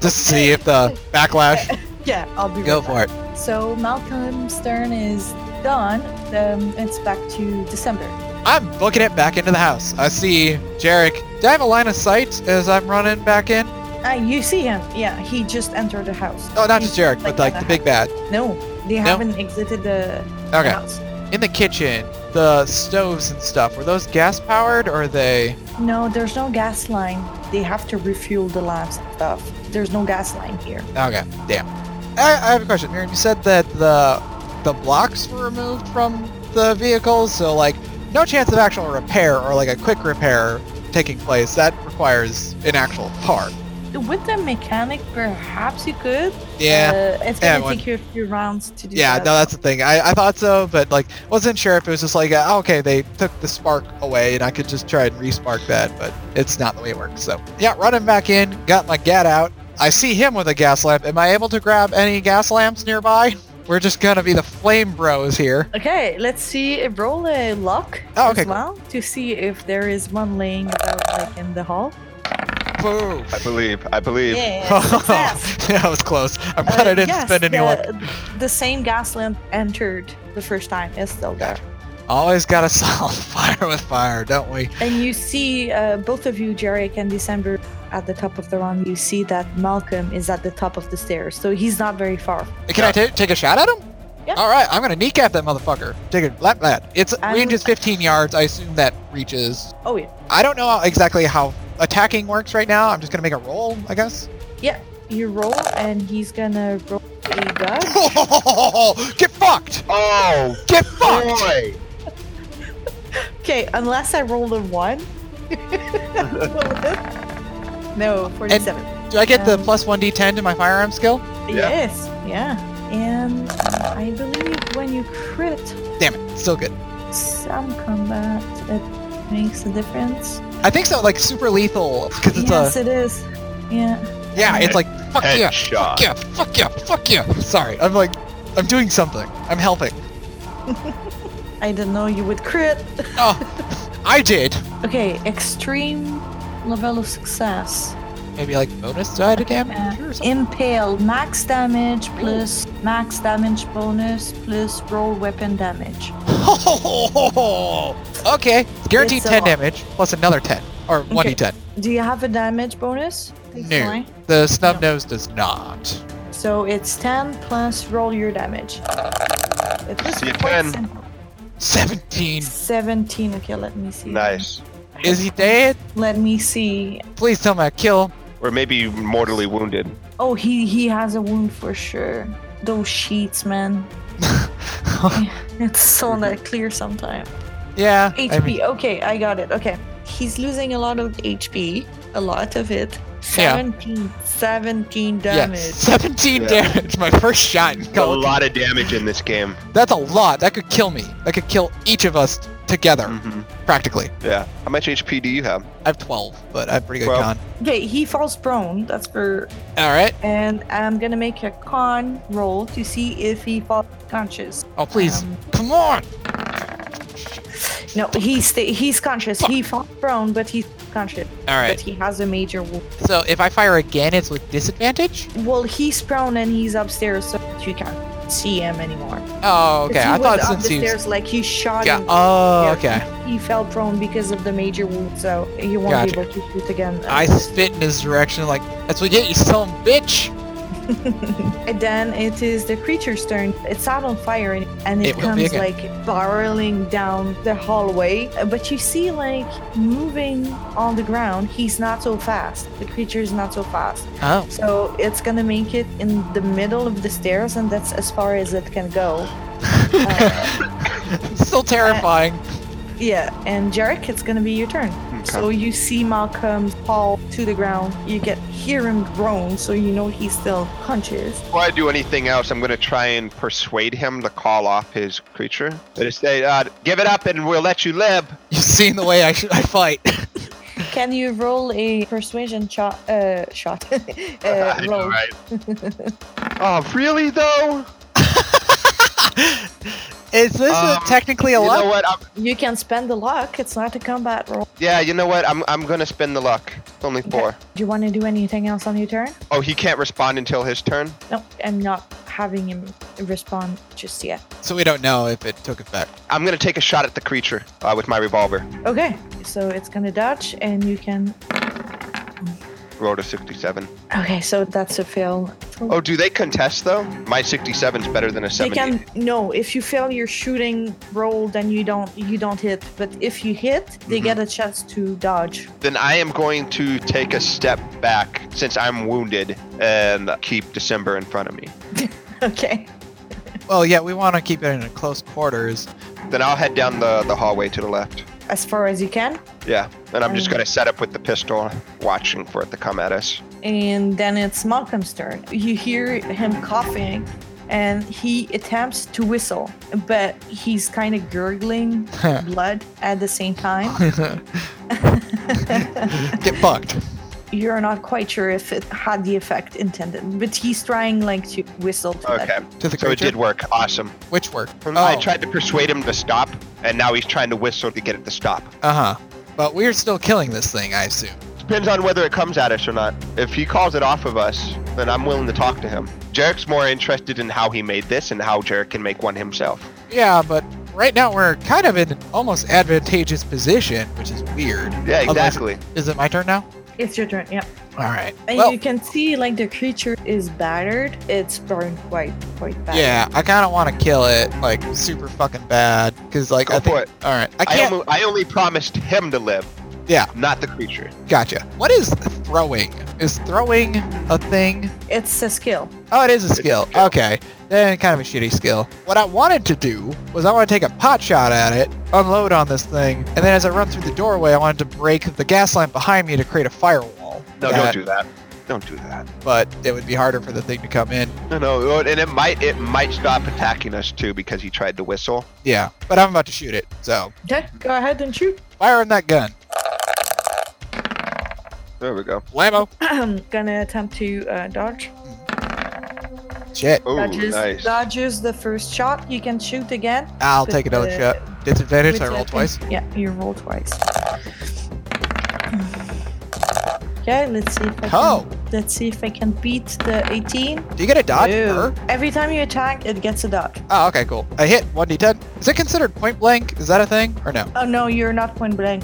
B: Just see if the backlash.
A: yeah, I'll be
B: Go
A: right back.
B: for it.
A: So Malcolm Stern is done. Um, it's back to December.
B: I'm booking it back into the house. I see Jarek. Do I have a line of sight as I'm running back in?
A: Uh, you see him? Yeah, he just entered the house.
B: Oh, not
A: He's
B: just Jarek, but like the big bad.
A: No, they
B: No?
A: haven't exited the the
B: Okay.
A: house.
B: In the kitchen, the stoves and stuff, were those gas powered or are they?
A: No, there's no gas line. They have to refuel the lamps and stuff. There's no gas line here.
B: Okay, damn. I, I have a question. Miriam, you said that the the blocks were removed from the vehicles, so like no chance of actual repair or like a quick repair taking place. That requires an actual part.
A: With the mechanic, perhaps you could.
B: Yeah.
A: Uh, it's
B: Yeah,
A: gonna
B: one-
A: take you a few rounds to do
B: Yeah,
A: that.
B: no, that's the thing. I, I thought so, but like wasn't sure if it was just like uh, okay, they took the spark away and I could just try and respark that, but it's not the way it works. So yeah, running back in, got my gat out. I see him with a gas lamp. Am I able to grab any gas lamps nearby? We're just gonna be the flame bros here.
A: Okay, let's see. Roll a luck
B: Oh, okay,
A: as
B: cool.
A: well to see if there is one laying about like in the hall.
B: Boom.
C: I believe. I believe.
A: Yeah, *laughs* success.
B: *laughs* yeah, I was close. I'm glad I
A: Uh,
B: didn't
A: yes,
B: spend any more.
A: the, the same gas lamp entered the first time is still there.
B: Always gotta *laughs* solve fire with fire, don't we?
A: And you see uh, both of you, Jarek and December, at the top of the round. You see that Malcolm is at the top of the stairs, so he's not very far.
B: Can I ta take a shot at him?
A: Yeah.
B: All right, I'm gonna kneecap that motherfucker. Take a lap lap. It's
A: I
B: range
A: would-
B: is 15 yards. I assume that reaches.
A: Oh yeah,
B: I don't know how, exactly how attacking works right now. I'm just gonna make a roll, I guess. *laughs*
A: you roll, and he's gonna roll a dodge.
B: Get fucked!
C: Oh
B: Get fucked!
C: boy!
A: Okay, unless I roll a one. *laughs* no, forty-seven.
B: Do I get the
A: Um,
B: plus 1d10 to my firearm skill?
C: Yeah.
A: Yes. Yeah. And uh, I believe when you crit
B: Damn it, still good.
A: some combat, it makes a difference.
B: I think so. Like super lethal because it's
A: yes,
B: a
A: it is. Yeah.
B: yeah. It's like fuck yeah,
C: Headshot.
B: fuck yeah, fuck yeah, fuck yeah. Sorry, I'm like I'm doing something. I'm helping.
A: I didn't know you would crit.
B: Oh, *laughs* I did.
A: Okay, extreme level of success.
B: Maybe like bonus die to damage or
A: Uh,
B: something.
A: impale max damage plus max damage bonus plus roll weapon damage.
B: Oh, *laughs* okay. Guaranteed
A: It's a
B: 10
A: lot.
B: damage plus another 10. Or 1d10.
A: Do you have a damage bonus?
B: No. The snub nose does not.
A: So it's 10 plus roll your damage. It was
C: See a
A: quite
C: 10.
A: simple.
B: 17.
A: 17. Okay, let me see.
C: Nice.
B: Is he dead?
A: Let me see.
B: Please tell me I kill.
C: Or maybe mortally wounded.
A: Oh, he he has a wound for sure. Those sheets, man. *laughs* It's so not clear sometimes.
B: *laughs* yeah. Mhm. I
A: HP.
B: mean,
A: okay, I got it. Okay. He's losing a lot of HP. A lot of it.
B: Yeah.
A: 17, 17
B: yeah.
A: damage.
B: 17
C: Yeah.
B: damage. *laughs* My first shot in
C: A
B: Call of Duty.
C: lot of damage in this game.
B: That's a lot. That could kill me. That could kill each of us together,
C: hmm
B: practically.
C: Yeah. How much HP do you have?
B: I have 12, but I have pretty good
C: Well-
B: con.
A: Okay, he falls prone. That's for.
B: All right.
A: And I'm gonna make a con roll to see if he falls conscious.
B: Oh, please.
A: Um,
B: Come on.
A: no, he's sta he's conscious. He falls prone, but he's conscious.
B: All
A: But
B: right.
A: he has a major wound.
B: So if I fire again, it's with disadvantage?
A: Well, he's prone and he's upstairs, so you can't see him anymore.
B: Oh, okay.
A: If he
B: I thought
A: was up
B: since
A: the
B: he was...
A: stairs, like he shot
B: Yeah.
A: him.
B: Oh, okay.
A: Yeah, He, he fell prone because of the major wound, so he won't be able to shoot again.
B: I spit in his direction like, that's what you get, you some bitch!
A: and then it is the creature's turn. It's out on fire and, and it,
B: It will be
A: comes
B: again.
A: like barreling down the hallway. Uh, But you see, like moving on the ground, he's not so fast. The creature is not so fast.
B: Oh.
A: So it's gonna make it in the middle of the stairs, and that's as far as it can go.
B: *laughs* Still terrifying.
A: Yeah, and Jarek, it's gonna be your turn.
C: Okay.
A: So you see Malcolm fall to the ground. You get hear him groan, so you know he's still conscious.
C: Before I do anything else, I'm gonna try and persuade him to call off his creature. But it's say, uh, "Give it up, and we'll let you live."
B: You've seen the way I, sh- I fight.
A: Can you roll a persuasion shot? Uh, shot. *laughs* uh,
C: *laughs* I know,
A: roll.
C: right? *laughs* oh, really though?
B: *laughs* Is this
C: Um,
B: technically a
C: you know
B: lot?
C: what? I'm,
A: You can spend the luck. It's not a combat roll.
C: yeah, you know what? I'm I'm gonna spend the luck. It's only four.
A: Do you want to do anything else on your turn?
C: Oh, he can't respond until his turn.
A: No, I'm not having him respond just yet.
B: So we don't know if it took effect.
C: I'm gonna take a shot at the creature uh, with my revolver.
A: Okay, so it's gonna dodge, and you can.
C: Rolled a 67.
A: Okay, so that's a fail.
C: Oh, do they contest though? My 67's better than a
A: They
C: 70.
A: can no. If you fail your shooting roll, then you don't you don't hit. But if you hit, they get a chance to dodge. *laughs*
C: Then I am going to take a step back since I'm wounded and keep December in front of me.
A: Okay.
B: Well, yeah, we want to keep it in a close *laughs* quarters.
C: Then I'll head down the, the hallway to the left.
A: As far as you can,
C: Yeah, and I'm just
A: Um.
C: gonna set up with the pistol, watching for it to come at us.
A: and then it's Malcolm's turn. You hear him coughing, and he attempts to whistle, but he's kind of gurgling blood at the same time.
B: Get fucked.
A: You're not quite sure if it had the effect intended, but he's trying like to whistle to
C: Okay,
A: that.
B: To the
C: so it
B: creature?
C: did work. Awesome.
B: Which work?
C: I
B: Oh.
C: tried to persuade him to stop, and now he's trying to whistle to get it to stop.
B: Uh huh. But we're still killing this thing, I assume.
C: Depends on whether it comes at us or not. If he calls it off of us, then I'm willing to talk to him. Jarek's more interested in how he made this and how Jarek can make one himself.
B: Yeah, but right now we're kind of in an almost advantageous position, which is weird.
C: Yeah,
B: Otherwise-
C: exactly.
B: Is it my turn now?
A: It's your turn. Yep.
B: All right.
A: And
B: well,
A: you can see like the creature is battered. It's burned quite quite bad.
B: yeah, I kind of want to kill it, like super fucking bad, because like
C: Go
B: I think.
C: for it.
B: All right, I
C: I,
B: can't.
C: only, I only promised him to live.
B: Yeah.
C: Not the creature.
B: Gotcha. What is throwing? Is throwing a thing?
A: It's a skill.
B: Oh, it is a skill.
C: skill.
B: Okay. Then kind of a shitty skill. What I wanted to do was I want to take a pot shot at it, unload on this thing, and then as I run through the doorway, I wanted to break the gas lamp behind me to create a firewall.
C: No,
B: Uh,
C: don't do that. Don't do that.
B: But it would be harder for the thing to come in.
C: No, no, and it might it might stop attacking us too because he tried to whistle.
B: Yeah. But I'm about to shoot it, so
A: Okay, go ahead and shoot. *clears throat*
B: fire on that gun.
C: There we go.
B: Blammo.
A: I'm gonna attempt to uh, dodge.
B: Shit.
C: Oh,
A: dodges,
C: nice.
A: dodges the first shot. You can shoot again.
B: I'll
A: But,
B: take another
A: uh,
B: shot. Disadvantage.
A: with
B: I roll
A: weapon-
B: twice.
A: Yeah, you roll twice. Okay, let's see if I
B: Oh.
A: can, let's see if I can beat the 18.
B: Do you get a dodge?
A: Ew.
B: Burr?
A: Every time you attack, it gets a dodge.
B: Oh, okay, cool. I hit 1d10. Is it considered point blank? Is that a thing or no?
A: Oh no, you're not point blank.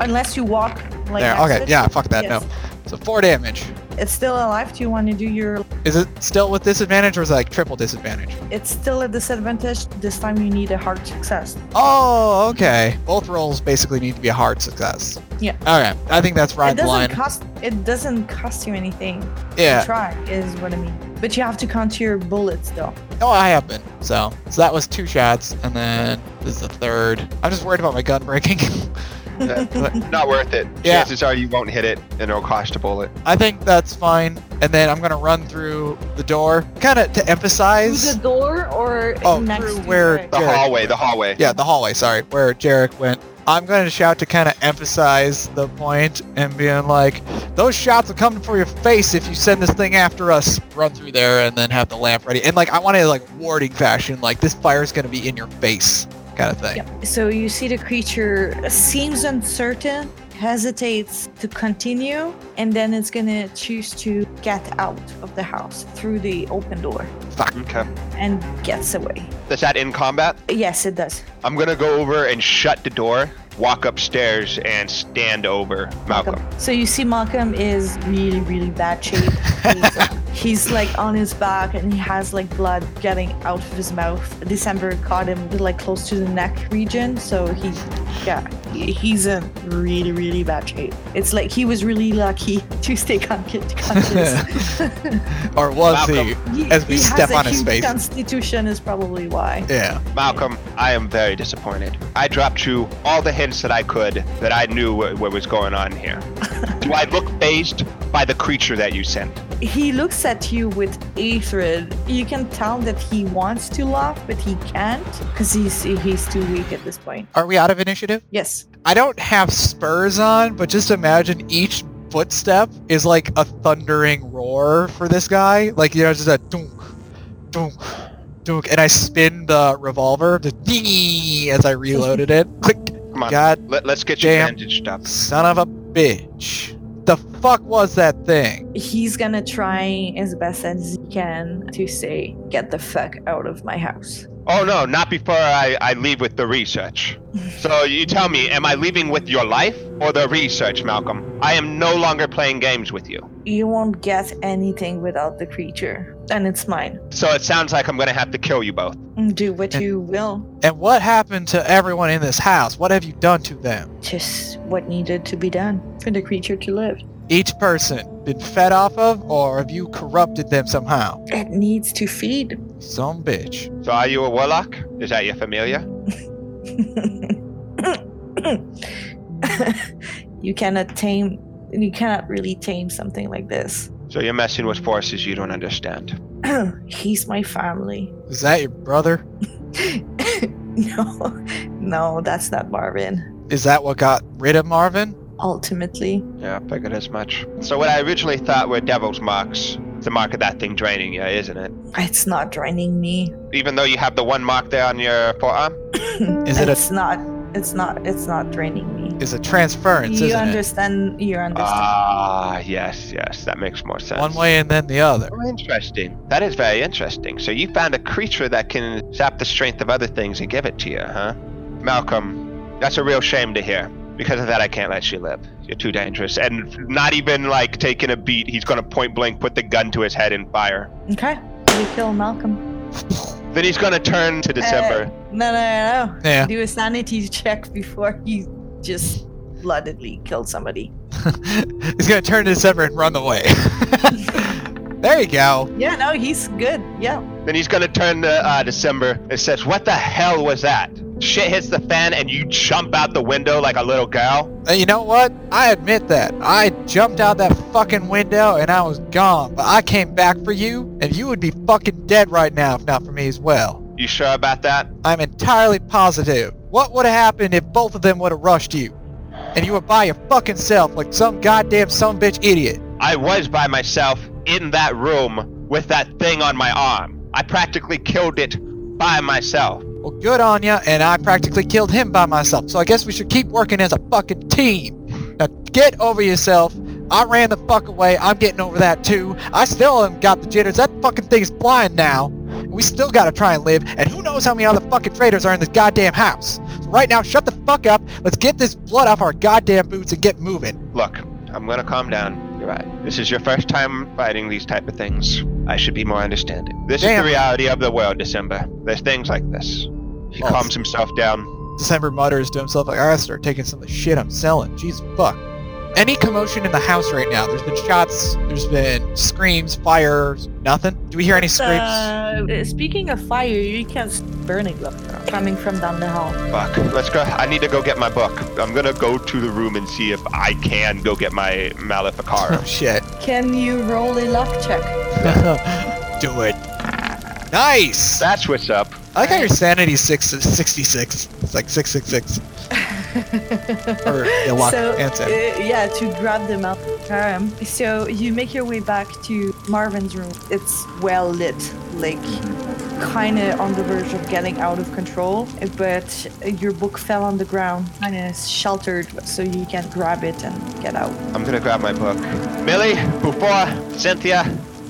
A: Unless you walk like
B: there.
A: next
B: Okay.
A: to it.
B: Yeah. Fuck that.
A: Yes.
B: No. So four damage.
A: It's still alive. Do you want to do your?
B: Is it still with disadvantage or is it like triple disadvantage?
A: It's still a disadvantage. This time you need a hard success.
B: Oh, okay. Both rolls basically need to be a hard success.
A: Yeah.
B: Okay. I think that's
A: it
B: right
A: doesn't
B: line.
A: cost. It doesn't cost you anything.
B: yeah.
A: Try is what I mean. But you have to count your bullets though.
B: Oh, I have been. So, so that was two shots, and then this is the third. I'm just worried about my gun breaking. *laughs*
C: *laughs* Not worth it.
B: Yeah.
C: Chances are you won't hit it, and it'll cost a bullet.
B: I think that's fine. And then I'm gonna run through the door, kind of to
A: Through
B: emphasize.
A: the door or
B: Oh,
A: next
B: through
A: to
B: where-
A: it?
C: The
B: Jared.
C: hallway, the hallway.
B: Yeah, the hallway. Sorry, where Jarek went. I'm gonna shout to kind of emphasize the point and being like, those shots will come for your face if you send this thing after us. Run through there and then have the lamp ready. And like, I want it like warding fashion, like this fire's gonna be in your face, kind of thing.
A: Yep. So you see the creature seems uncertain, hesitates to continue, and then it's gonna choose to get out of the house through the open door
C: Okay.
A: and gets away.
C: Is that in combat?
A: Yes, it does.
C: I'm gonna go over and shut the door, walk upstairs, and stand over Malcolm.
A: So you see, Malcolm is really, really bad shape.
B: *laughs*
A: He's, he's like on his back and he has like blood getting out of his mouth. December caught him like close to the neck region, so he, yeah, he- he's in really, really bad shape. It's like he was really lucky *laughs* to stay con-
B: *laughs*
A: conscious.
B: Or was he?
C: Malcolm.
A: He-
B: As we
A: he has
B: step
A: a
B: on his
A: huge
B: face.
A: Constitution is probably why.
B: Yeah.
C: Malcolm, I am very disappointed. I dropped you all the hints that I could that I knew what, what was going on here. Do I look phased by the creature that you sent?
A: He looks at you with hatred. You can tell that he wants to laugh, but he can't because he's he's too weak at this point.
B: Are we out of initiative?
A: Yes.
B: I don't have spurs on, but just imagine each footstep is like a thundering roar for this guy. Like, you know, just a dunk, dunk, dunk. And I spin the revolver the ding as I reloaded it. Click.
C: Come on,
B: God,
C: let, us get your
B: Damn.
C: bandaged up.
B: son of a bitch. The fuck was that thing?
A: He's gonna try as best as he can to say, get the fuck out of my house.
C: Oh no, not before I, I leave with the research. So you tell me, am I leaving with your life or the research, Malcolm? I am no longer playing games with you.
A: You won't get anything without the creature. And it's mine.
C: So it sounds like I'm gonna have to kill you both.
A: Do what
B: And-
A: you will.
B: And what happened to everyone in this house? What have you done to them?
A: Just what needed to be done for the creature to live.
B: Each person been fed off of, or have you corrupted them somehow?
A: It needs to feed. *laughs*
B: Some bitch.
C: So are you a warlock? Is that your familiar?
A: you cannot tame you cannot really tame something like this. *clears throat*
C: So you're messing with forces you don't understand.
A: He's my family. *laughs*
B: Is that your brother?
A: no, no, that's not Marvin.
B: Is that what got rid of Marvin?
A: Ultimately,
C: Yeah, I figured as much. So what I originally thought were devil's marks, it's the mark of that thing draining you, isn't it?
A: it's not draining me.
C: Even though you have the one mark there on your forearm?
B: Is it a-
A: it's not. It's not. It's not draining me.
B: Is a transference,
A: You
B: isn't
A: understand? You understand?
C: Ah, yes, yes, that makes more
B: it?
C: sense.
B: One way and then the other.
C: Oh, interesting. That is very interesting. So you found a creature that can sap the strength of other things and give it to you, huh? Malcolm, that's a real shame to hear. Because of that, I can't let you live. You're too dangerous. And not even like taking a beat, he's gonna point blank put the gun to his head and fire.
A: okay. You kill Malcolm.
C: Then he's gonna turn to December.
A: No, no, no. no.
B: Yeah.
A: Do a sanity check before you just bloodedly kill somebody.
B: *laughs* He's gonna turn to December and run away. *laughs* there you go.
A: Yeah. No, he's good. Yeah.
C: Then he's gonna turn to uh, December and says, "What the hell was that?" Shit hits the fan, and you jump out the window like a little girl.
B: And Uh, you know what? I admit that. I jumped out that fucking window and I was gone, but I came back for you, and you would be fucking dead right now if not for me as well.
C: You sure about that?
B: I'm entirely positive. What would have happened if both of them would have rushed you? And you were by your fucking self like some goddamn some bitch idiot.
C: I was by myself in that room with that thing on my arm. I practically killed it by myself.
B: Well, good on ya, and I practically killed him by myself, so I guess we should keep working as a fucking team. Now, get over yourself. I ran the fuck away. I'm getting over that too. I still haven't got the jitters. That fucking thing's blind now. We still gotta try and live, and who knows how many other fucking traitors are in this goddamn house. So right now, shut the fuck up. Let's get this blood off our goddamn boots and get moving.
C: Look, I'm gonna calm down. You're right. This is your first time fighting these type of things. I should be more understanding. This is
B: Damn.
C: the reality of the world, December. There's things like this. He
B: Oh.
C: calms himself down.
B: December mutters to himself, like, I gotta start taking some of the shit I'm selling. Jeez, fuck. Any commotion in the house right now? There's been shots, there's been screams, fire, nothing. Do we hear any screams?
A: Uh, speaking of fire, you can't s- burning them coming from down the hall.
C: Fuck. Let's go. I need to go get my book. I'm gonna go to the room and see if I can go get my
A: *laughs*
B: Oh, *laughs*
C: Maleficara.
B: shit.
A: Can you roll a luck check?
B: Do it. Nice!
C: That's what's up.
B: I like how your sanity's six, 66. It's
A: *laughs*
B: like 666. or yeah, luck
A: so,
B: and
A: uh,
B: sanity.
A: yeah, to grab them out. Um, so you make your way back to Marvin's room. It's well lit, like kind of on the verge of getting out of control, but your book fell on the ground, kind of sheltered, so you can't grab it and get out.
C: I'm gonna grab my book. Millie, before Cynthia,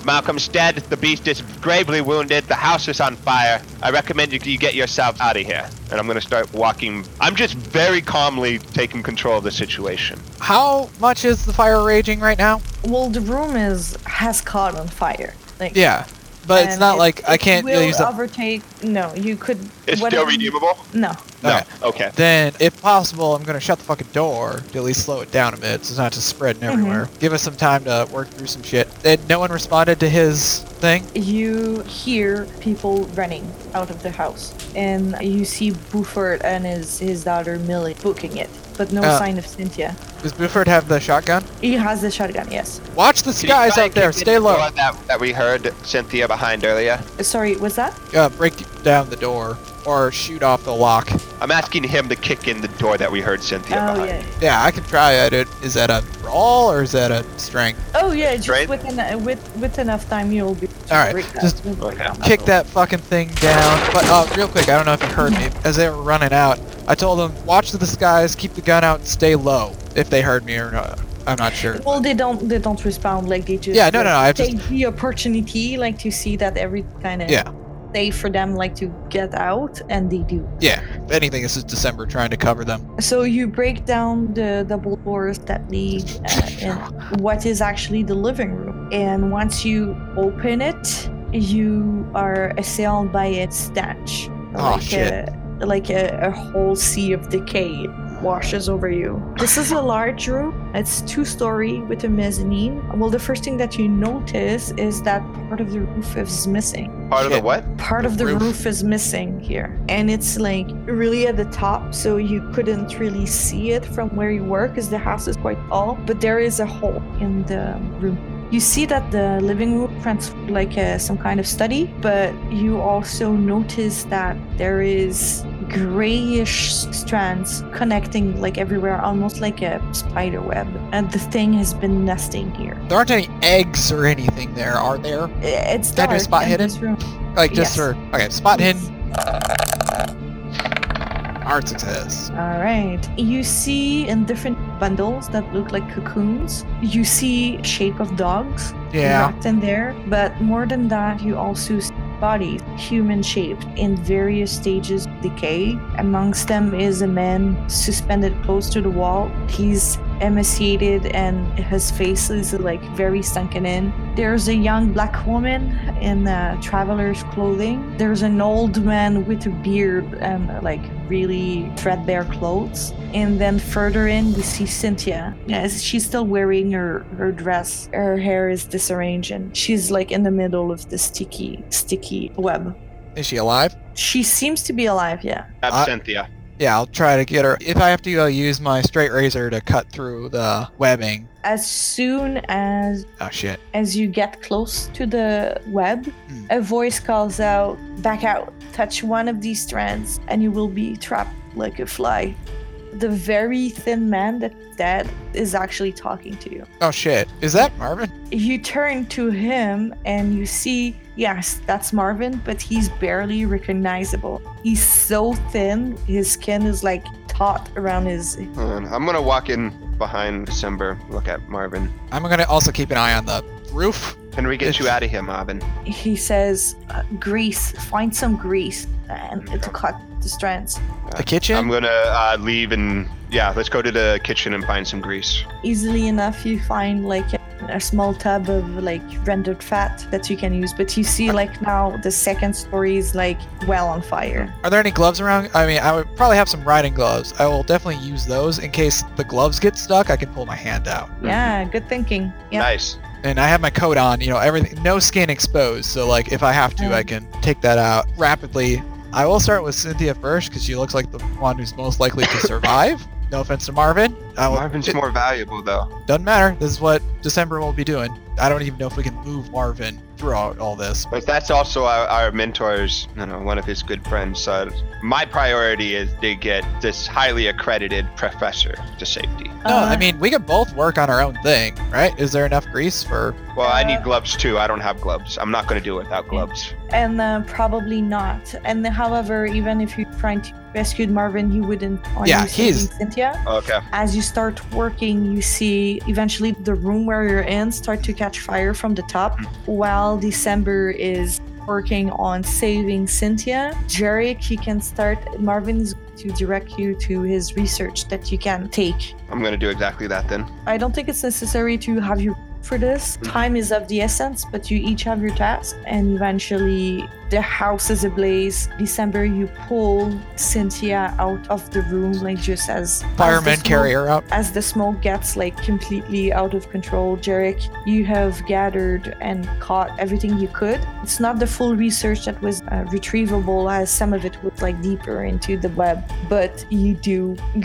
C: Malcolm's dead. The beast is gravely wounded. The house is on fire. I recommend you, you get yourself out of here. And I'm gonna start walking. I'm just very calmly taking control of the situation.
B: How much is the fire raging right now?
A: Well, the room is has caught on fire. Like,
B: Yeah. But it's
A: and
B: not
A: Um, it-
B: like I
A: it
B: can't
A: will
B: use that.
A: overtake. No, you could.
C: It's still
A: whatever you-
C: redeemable.
A: No.
C: No.
B: Okay.
C: Okay.
B: Then, if possible, I'm going to shut the fucking door to at least slow it down a bit so it's not just spreading everywhere. Give us some time to work through some shit. Then no one responded to his thing.
A: You hear people running out of the house, and you see Buford and his his daughter Millie booking it, but no
B: Uh.
A: sign of Cynthia.
B: Does Buford have the shotgun?
A: He has the shotgun. Yes.
B: Watch the
C: Can you
B: skies
C: try
B: out
C: and keep
B: there.
C: it
B: Stay
C: the
B: low.
C: door That, that we heard Cynthia behind earlier.
A: Sorry, was that?
B: Uh, break down the door or shoot off the lock.
C: I'm asking him to kick in the door that we heard Cynthia
A: oh
C: behind.
A: yeah.
B: Yeah, I could try it. It- Is that a brawl or is that a strength?
A: Oh yeah. Just
C: Right?
A: with, ena- with with enough time, you'll be.
B: All right,
A: break that-
B: just
A: we'll break
C: Okay.
A: down
B: Kick
A: door.
B: that fucking thing down. But uh, real quick, I don't know if you heard me. As they were running out, I told them, watch the skies, keep the gun out, and stay low. If they heard me or not, I'm not sure.
A: Well, they don't they don't respond like they just
B: Yeah, no, no, no, I
A: take the opportunity like to see that every kind of
B: Yeah.
A: safe for them like to get out and they do.
B: Yeah, if anything, this is December trying to cover them.
A: So you break down the double doors that lead uh, in what is actually the living room, and once you open it, you are assailed by a stench,
B: Oh,
A: like
B: shit.
A: a like a, a whole sea of decay washes over you. This is a large room. It's two story with a mezzanine. Well, the first thing that you notice is that part of the roof is missing
C: Part of the
B: Shit.
C: what?
A: part of the
B: Roof.
A: roof. is missing here and it's like really at the top so you couldn't really see it from where you were because the house is quite tall but there is a hole in the room you see that the living room transformed like uh some kind of study but you also notice that there is grayish strands connecting like everywhere almost like a spider web and the thing has been nesting here
B: There aren't any eggs or anything there, are there?
A: it's
B: Can I
A: dark
B: do a spot
A: in
B: hidden?
A: this room.
B: Like, just
A: Yes.
B: for. Okay, spot hidden. Art success.
A: All right. You see in different bundles that look like cocoons. You see shape of dogs
B: Yeah.
A: wrapped in there, but more than that, you also see bodies, human shaped, in various stages of decay. Amongst them is a man suspended close to the wall. He's emaciated and his face is like very sunken in. There's a young black woman in uh, traveler's clothing. There's an old man with a beard and uh, like really threadbare clothes. And then further in, we see Cynthia. Yes, she's still wearing her, her dress. Her hair is disarranged and she's like in the middle of the sticky, sticky web.
B: Is she alive?
A: She seems to be alive, yeah.
C: That's
B: I-
C: Cynthia.
B: Yeah, I'll try to get her. If I have to uh, use my straight razor to cut through the webbing.
A: As soon as
B: Oh shit.
A: as you get close to the web,
B: Hmm.
A: a voice calls out, "Back out! Touch one of these strands, and you will be trapped like a fly." The very thin man that's dead is actually talking to you.
B: Oh shit. Is that Marvin?
A: you turn to him and you see yes that's marvin but he's barely recognizable he's so thin his skin is like taut around his
C: Hold on. I'm gonna walk in behind December. Look at Marvin.
B: I'm gonna also keep an eye on the roof.
C: Can we get
B: It's-
C: you out of here, Marvin?
A: he says uh, grease find some grease and to cut the strands
B: The kitchen.
C: I'm gonna uh, leave and yeah, let's go to the kitchen and find some grease.
A: easily enough you find like a, a small tub of like rendered fat that you can use. But you see, like now the second story is like well on fire.
B: Are there any gloves around? I mean, I would probably have some riding gloves. I will definitely use those in case the gloves get stuck. I can pull my hand out.
A: Yeah, good thinking. Yeah.
C: Nice.
B: And I have my coat on, you know, everything, no skin exposed. So, like, if I have to, I can take that out rapidly. I will start with Cynthia first because she looks like the one who's most likely to survive. No offense to Marvin. I will,
C: Marvin's
B: it
C: more valuable though.
B: doesn't matter. This is what December will be doing. I don't even know if we can move Marvin throughout all this.
C: But that's also our, our mentor's, you know, one of his good friends. So my priority is to get this highly accredited professor to safety.
B: No, I
A: Uh,
B: mean, we could both work on our own thing, right? Is there enough grease for.
C: Well, I
A: Uh,
C: need gloves too. I don't have gloves. I'm not going to do it without gloves.
A: and uh, probably not. And however, even if you're trying to rescue Marvin, he wouldn't. Are
B: Yeah,
A: you saving
B: he's-
A: Cynthia.
C: Okay.
A: As you start working, you see eventually the room where you're in start to catch fire from the top. While December is working on saving Cynthia, Jarek, he can start. Marvin's to direct you to his research that you can take
C: I'm going to do exactly that then.
A: I don't think it's necessary to have you for this. Time is of the essence, but you each have your task, and eventually the house is ablaze. December, you pull Cynthia out of the room, like just as as the
B: Firemen
A: smoke-
B: carry her out?
A: As the smoke gets like completely out of control, Jarek, you have gathered and caught everything you could. It's not the full research that was uh, retrievable, as some of it was like deeper into the web, but you do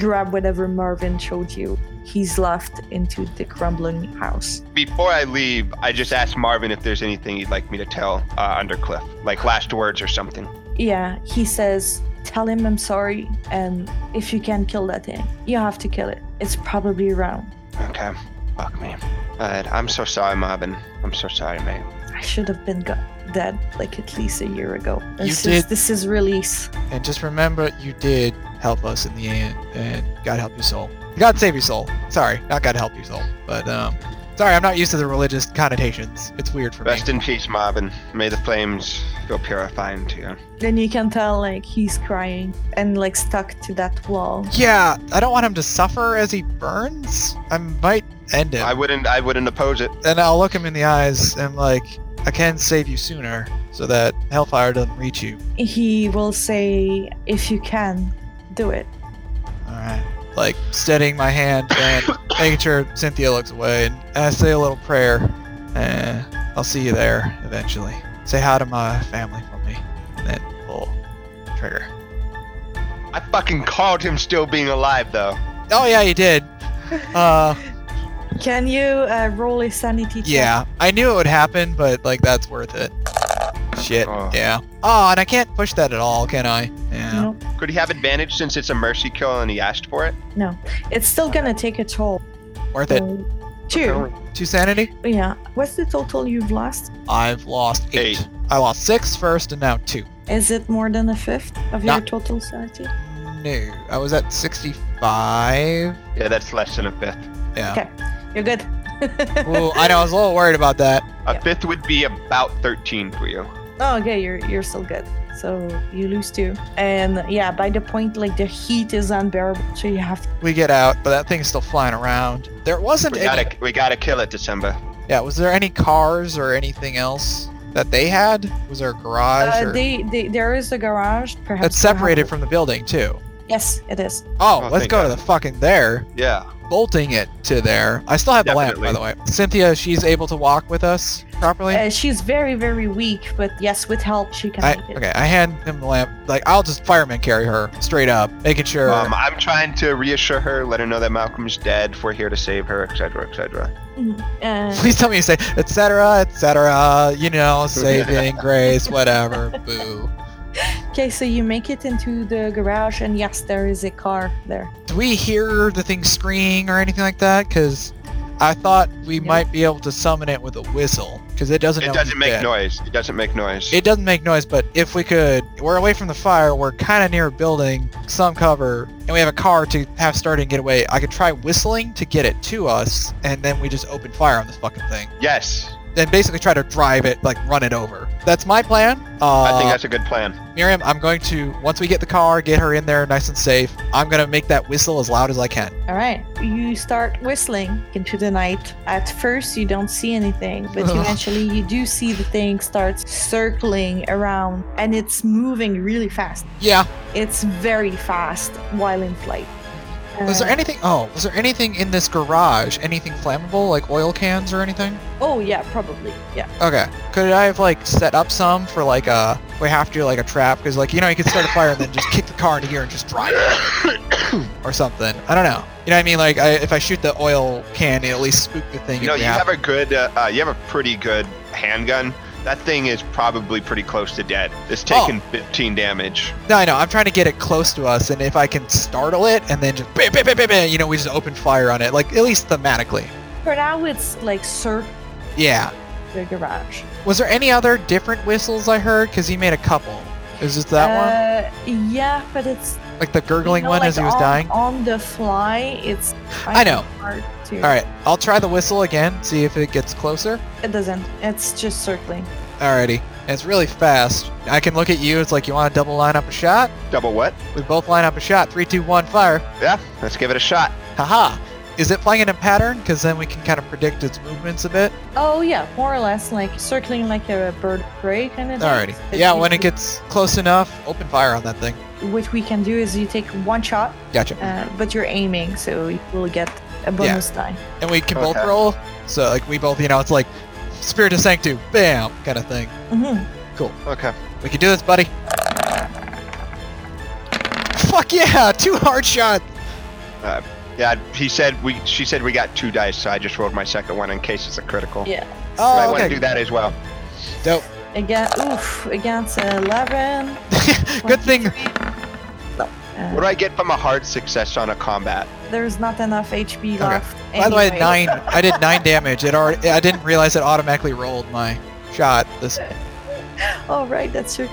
A: grab whatever Marvin showed you he's left into the crumbling house.
C: Before I leave, I just asked Marvin if there's anything he'd like me to tell uh, Undercliff, like last words or something.
A: Yeah, he says, Tell him I'm sorry, and if you can kill that thing, you have to kill it. It's probably around.
C: Okay. Fuck me. Alright, I'm so sorry, Marvin. I'm so sorry, mate.
A: I should have been go- dead like at least a year ago.
B: You
A: This is
B: did-
A: this is release.
B: And just remember, you did help us in the end, and God help your soul. God save your soul. Sorry, not God help your soul, but um, sorry, I'm not used to the religious connotations. It's weird for me.
C: Rest in peace, Marvin. May the flames feel purifying to you.
A: Then you can tell like he's crying and like stuck to that wall.
B: Yeah, I don't want him to suffer as he burns. I might end him.
C: I wouldn't I wouldn't oppose it.
B: and I'll look him in the eyes and like, I can save you sooner so that hellfire doesn't reach you.
A: He will say, If you can, do it.
B: All right. Like steadying my hand
C: *coughs*
B: and making sure Cynthia looks away, and I say a little prayer, and I'll see you there eventually. Say hi to my family for me, and then pull trigger.
C: I fucking called him still being alive though.
B: Oh yeah, you
C: *laughs*
B: did. Uh,
A: Can you uh, roll a sanity check?
B: yeah, I knew it would happen, but like that's worth it. Shit.
C: Oh.
B: Yeah. Oh, and I can't push that at all, can I? Yeah.
A: Nope.
C: Could he have advantage since it's a mercy kill and he asked for it?
A: It's still gonna take a toll.
B: Worth it.
A: So, Two.
B: Two sanity.
A: Yeah. What's the total you've lost?
B: I've lost eight.
C: Eight.
B: I lost six first, and now two.
A: Is it more than a fifth of
B: Yeah.
A: your total sanity?
B: No, I was at sixty-five.
C: Yeah, that's less than a fifth.
B: Yeah.
A: Okay. You're good. *laughs*
B: Ooh, I know. I was a little worried about that.
C: A
A: Yeah.
C: fifth would be about thirteen for you.
A: oh, okay. You're you're still good. So you lose two, and yeah, by the point like the heat is unbearable, so you have
B: We get out, but that thing's still flying around. There wasn't
C: We
B: any.
C: gotta we gotta kill it, December.
B: Yeah. Was there any cars or anything else that they had? Was there a garage?
A: Uh,
B: or...
A: they, they there is a garage, perhaps.
B: That's
A: you have-
B: separated from the building too.
A: Yes, it is.
B: Oh,
C: Oh,
B: let's
C: thank
B: go to the fucking there.
C: Yeah.
B: Bolting it to there. I still have the lamp, by the way. Cynthia, she's able to walk with us properly.
A: Uh, she's very very weak, but yes, with help she can
B: I,
A: make it.
B: okay, I hand him the lamp. Like I'll just fireman carry her straight up, making sure.
C: Um, I'm trying to reassure her, let her know that Malcolm's dead, if we're here to save her, etc., etc.
B: *laughs*
A: Uh,
B: Please tell me you say etc. etc. You
C: *laughs*
B: know, saving grace, whatever. Boo.
A: okay, so you make it into the garage, and yes, there is a car there.
B: Do we hear the thing screeing or anything like that? Because I thought we
A: No.
B: might be able to summon it with a whistle. Because it doesn't. know
C: It doesn't
B: he's
C: make
B: dead.
C: noise. It doesn't make noise.
B: It doesn't make noise, but if we could, we're away from the fire. We're kind of near a building, some cover, and we have a car to have started and get away. I could try whistling to get it to us, and then we just open fire on this fucking thing.
C: yes.
B: Then basically try to drive it, like run it over. that's my plan. Uh,
C: I think that's a good plan.
B: Miriam, I'm going to once we get the car, get her in there nice and safe. I'm gonna make that whistle as loud as I can.
A: All right. You start whistling into the night. At first, you don't see anything,
B: *laughs*
A: but
B: Ugh.
A: eventually, you do see the thing starts circling around and it's moving really fast.
B: Yeah.
A: It's very fast while in flight.
B: Was there
A: Uh,
B: anything? Oh, was there anything in this garage? Anything flammable, like oil cans or anything?
A: Oh, yeah, probably. Yeah.
B: Okay. Could I have like set up some for like a we have to like a trap because like you know you could start a fire and then just kick the car into gear and just drive it or something. I don't know. You know what I mean? Like I, if I shoot the oil can, it at least spook the thing.
C: You know,
B: if we
C: you
B: have-
C: have a good, uh, uh, you have a pretty good handgun. That thing is probably pretty close to dead. It's
B: Oh.
C: taking 15 damage.
B: No, I know. I'm trying to get it close to us, and if I can startle it and then just bam, bam, bam, bam, bam, you know, we just open fire on it, like at least thematically.
A: For now, it's like circling
B: Yeah.
A: the garage.
B: Was there any other different whistles I heard? Because he made a couple. Is it that
A: one? Yeah, but it's you
B: one? Like the gurgling
A: know,
B: one
A: Uh, like
B: as he was
A: on,
B: dying?
A: on the fly. It's
B: I know.
A: hard to.
B: All right. I'll try the whistle again, see if it gets closer.
A: It doesn't. It's just circling.
B: Alrighty. And it's really fast. I can look at you. It's like, you want to double line up a shot?
C: Double what?
B: We both line up a shot. Three, two, one, fire.
C: Yeah, let's give it a shot.
B: Haha. Is it flying in a pattern? Because then we can kind of predict its movements a bit.
A: Oh yeah, more or less like circling like a bird prey kind of. thing.
B: Alrighty.
A: But
B: Yeah,
A: you-
B: when it gets close enough, open fire on that thing.
A: What we can do is you take one shot,
B: Gotcha.
A: uh, but you're aiming, so you will get a bonus die.
B: and we can both
C: Okay.
B: roll. So like we both, you know, it's like Spirit of Sanctum, bam, kind of thing.
A: hmm
B: Cool.
C: Okay.
B: We can do this, buddy. Fuck yeah! Two hard shots.
C: Yeah, he said we. She said we got two dice, so I just rolled my second one in case it's a critical.
A: Yeah.
C: I
B: Oh,
C: might want to
B: okay.
C: do that as well.
B: *laughs*
A: *laughs*
B: Dope.
A: Again, oof, against eleven.
B: Good thing.
A: 23. No.
C: What
A: Uh,
C: do I get from a hard success on a combat?
A: there's not enough HP
B: Okay.
A: left.
B: By the way,
A: anyway.
B: nine. I did nine damage. It already. I didn't realize it automatically rolled my shot. This.
A: Oh, right, that's true.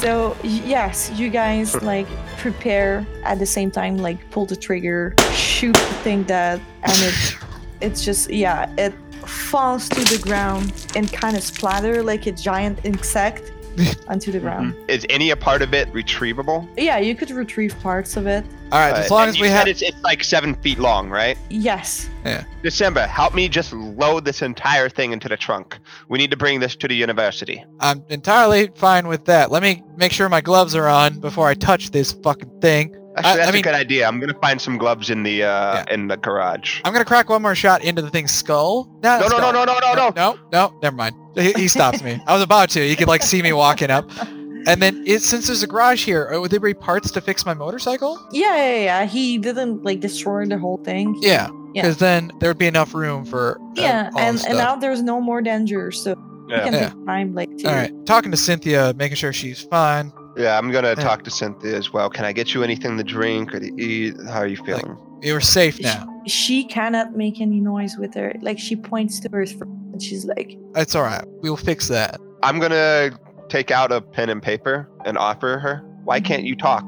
A: So, y- yes, you guys like prepare at the same time, like pull the trigger, shoot the thing that, and it, it's just, yeah, it falls to the ground and kind of splatter like a giant
B: *laughs*
A: insect onto the ground.
B: Mm-hmm.
C: Is any a part of it retrievable?
A: Yeah, you could retrieve parts of it.
B: All right. As
C: Uh,
B: long
C: and
B: as
C: you
B: we
C: said
B: have.
C: it's, it's like seven feet long, right?
A: Yes.
C: December, help me just load this entire thing into the trunk. We need to bring this to the university.
B: I'm entirely fine with that. Let me make sure my gloves are on before I touch this fucking thing.
C: Actually,
B: I
C: that's
B: mean-
C: a good idea. I'm gonna find some gloves in the uh, in the garage.
B: I'm gonna crack one more shot into the thing's skull. Not
C: No, no,
B: skull.
C: no, no, no, no, no.
B: no, no. Never mind. He, he stops me. I was about to. He could like see me walking up, and then it, since there's a garage here, uh, would there be parts to fix my motorcycle?
A: Yeah, yeah, yeah. He didn't like destroy the whole thing.
B: Yeah,
A: Yeah.
B: because then there would be enough room for uh,
A: Yeah,
B: all
A: and,
B: this
A: and now
B: stuff.
A: there's no more danger, so you
C: Yeah.
A: can
B: Yeah.
A: take time like to
B: all right, talking to Cynthia, making sure she's fine.
C: Yeah, I'm gonna
B: Yeah.
C: talk to Cynthia as well. Can I get you anything to drink or to eat? How are you feeling?
B: You're safe
A: Sh-
B: now.
A: she cannot make any noise with her. Like she points to her throat and she's like,
B: It's all right. We'll fix that.
C: I'm gonna take out a pen and paper and offer her. Why
B: Mm-hmm.
A: Mhm.
C: can't you talk?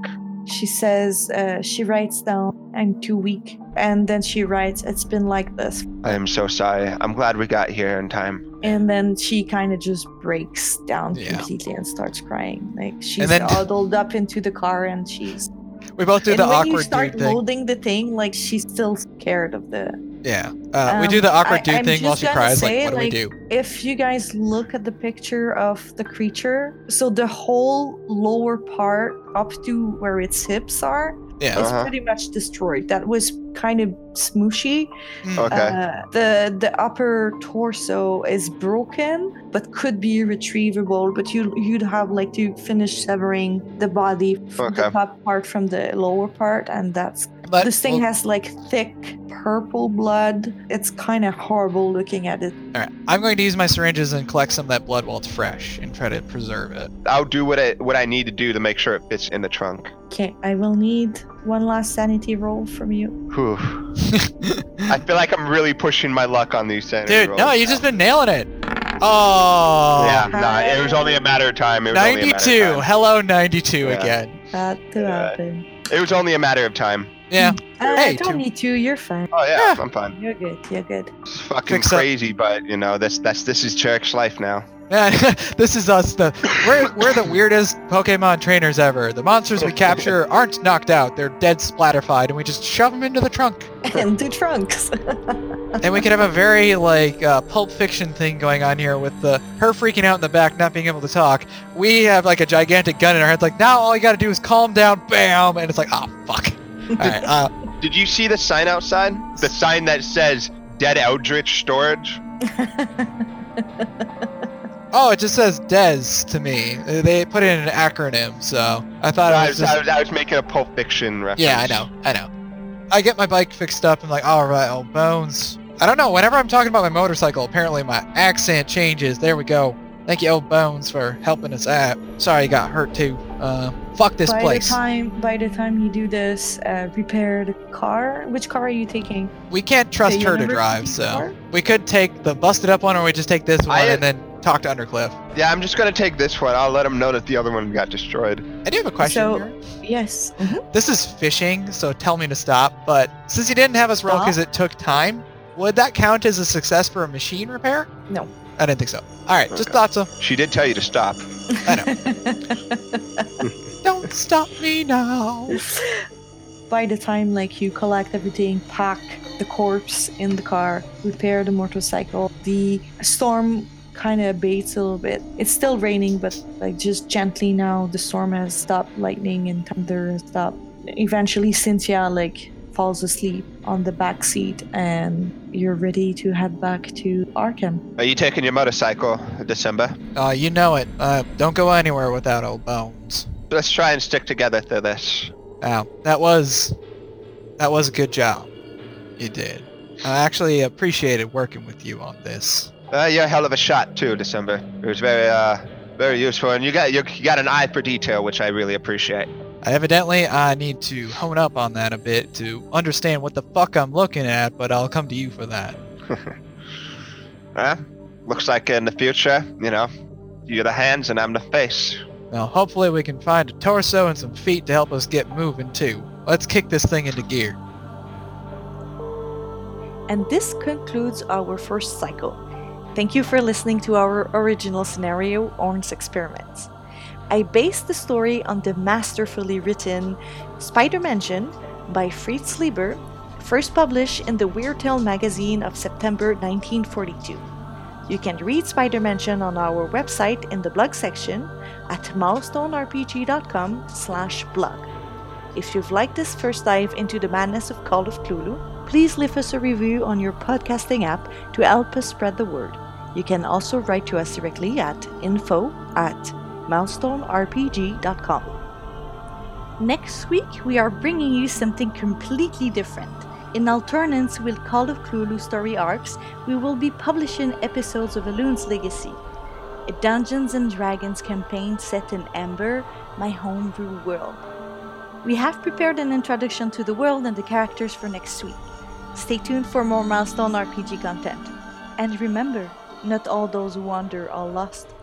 A: she says, uh, she writes down, I'm too weak. And then she writes, it's been like this.
C: I am so sorry. I'm glad we got here in time.
A: And then she kind of just breaks down
B: Yeah.
A: completely and starts crying. Like she's
B: then-
A: huddled up into the car and she's.
B: We both do
A: and
B: the
A: when you
B: awkward
A: start
B: dude thing.
A: loading the thing, like she's still scared of the
B: Yeah, uh, we do
A: Um,
B: the awkward
A: I-
B: dude
A: I'm
B: thing while
A: just
B: she
A: gonna
B: cries. Like,
A: say,
B: what do we
A: like,
B: do?
A: if you guys look at the picture of the creature, so the whole lower part up to where its hips are
B: Yeah.
A: is
C: Uh-huh.
A: pretty much destroyed. That was kind of smooshy.
B: Mm.
C: Okay.
A: Uh, the the upper torso is broken, but could be retrievable. But you you'd have like to finish severing the body, from the
C: Okay.
A: top part from the lower part, and that's
B: But
A: this thing
B: we'll-
A: has like thick purple blood. It's kind of horrible looking at it.
B: All right, I'm going to use my syringes and collect some of that blood while it's fresh and try to preserve it.
C: I'll do what I what I need to do to make sure it fits in the trunk.
A: Okay, I will need one last sanity roll from you.
C: Whew.
B: *laughs*
C: I feel like I'm really pushing my luck on these sanity
B: Dude,
C: rolls.
B: no, you've just been nailing it. Oh,
C: Yeah, nah, it was only a matter of time. It was only a matter of
B: 92.
C: time.
B: Hello, 92
C: Yeah.
B: again.
A: That to
C: Yeah.
A: happen.
C: It was only a matter of time.
B: Yeah.
D: Uh, I
B: Hey,
D: don't
B: two-
D: need to. You're fine.
C: Oh yeah,
B: Yeah.
C: I'm fine.
D: You're good. You're good.
C: It's fucking
B: Fix up.
C: crazy, but you know that's that's this is Jarek's life now.
B: Yeah, *laughs* this is us. The we're, we're the weirdest Pokemon trainers ever. The monsters we capture aren't knocked out; they're dead splatterfied, and we just shove them into the trunk.
D: *laughs* and the *laughs* trunks.
B: And we could have a very like uh, Pulp Fiction thing going on here with the her freaking out in the back, not being able to talk. We have like a gigantic gun in our head. Like now, all you got to do is calm down, bam, and it's like, ah, fuck. All right, uh,
C: Did you see the sign outside? The sign that says "Dead Eldritch Storage."
B: oh, it just says Des to me. Uh, They put in an acronym, so I thought
C: I
B: it was
C: was,
B: just
C: I was, I was making a Pulp Fiction reference.
B: Yeah, I know. I know. I get my bike fixed up and like, all right, oh bones. I don't know. Whenever I'm talking about my motorcycle, apparently my accent changes. There we go. Thank you, old bones, for helping us out. Sorry you got hurt too. Uh, fuck this
D: by
B: place.
D: the time, by the time you do this, uh, repair the car. Which car are you taking?
B: we can't trust
D: the
B: her to
D: university
B: drive, so
D: car?
B: we could take the busted up one, or we just take this one
C: I-
B: and then talk to Undercliff.
C: Yeah, I'm just gonna take this one. I'll let them know that the other one got destroyed.
B: I do have a question.
D: So-
B: here.
D: Yes. *laughs* Mhm.
B: This is fishing, so tell me to stop. But since you didn't have us roll because it took time, would that count as a success for a machine repair?
D: No.
B: I didn't think so. All right, just
C: Okay.
B: thought so.
C: She did tell you to stop.
B: I know. Don't stop me now.
D: *laughs* by the time like you collect everything, pack the corpse in the car, repair the motorcycle, the storm kind of abates a little bit. It's still raining, but like just gently now. The storm has stopped, lightning and thunder has stopped. Eventually, Cynthia like falls asleep on the back seat, and you're ready to head back to Arkham.
C: Are you taking your motorcycle, December?
B: Uh, you know it. Uh, don't go anywhere without old bones.
C: Let's try and stick together through this.
B: Wow, that was, that was a good job. You did. I actually appreciated working with you on this.
C: Uh, you're a hell of a shot too, December. It was very, uh, very useful, and you got you got an eye for detail, which I really appreciate.
B: Evidently, I need to hone up on that a bit to understand what the fuck I'm looking at, but I'll come to you for that.
C: Huh? Looks like in the future, you know, you're the hands and I'm the face.
B: Now, hopefully we can find a torso and some feet to help us get moving too. Let's kick this thing into gear.
A: And this concludes our first cycle. Thank you for listening to our original scenario, Orn's Experiments. I based the story on the masterfully written Spider Mansion by Fritz Lieber, first published in the Weird Tale magazine of September 1942. You can read Spider Mansion on our website in the blog section at milestonerpg.com slash blog. If you've liked this first dive into the madness of Call of Cthulhu, please leave us a review on your podcasting app to help us spread the word. You can also write to us directly at info at milestonerpg.com. Next week, we are bringing you something completely different. In alternance with Call of Cthulhu story arcs, we will be publishing episodes of Alun's Legacy, a Dungeons and Dragons campaign set in Amber, my homebrew world. We have prepared an introduction to the world and the characters for next week. Stay tuned for more Milestone RPG content. And remember, not all those who wander are lost.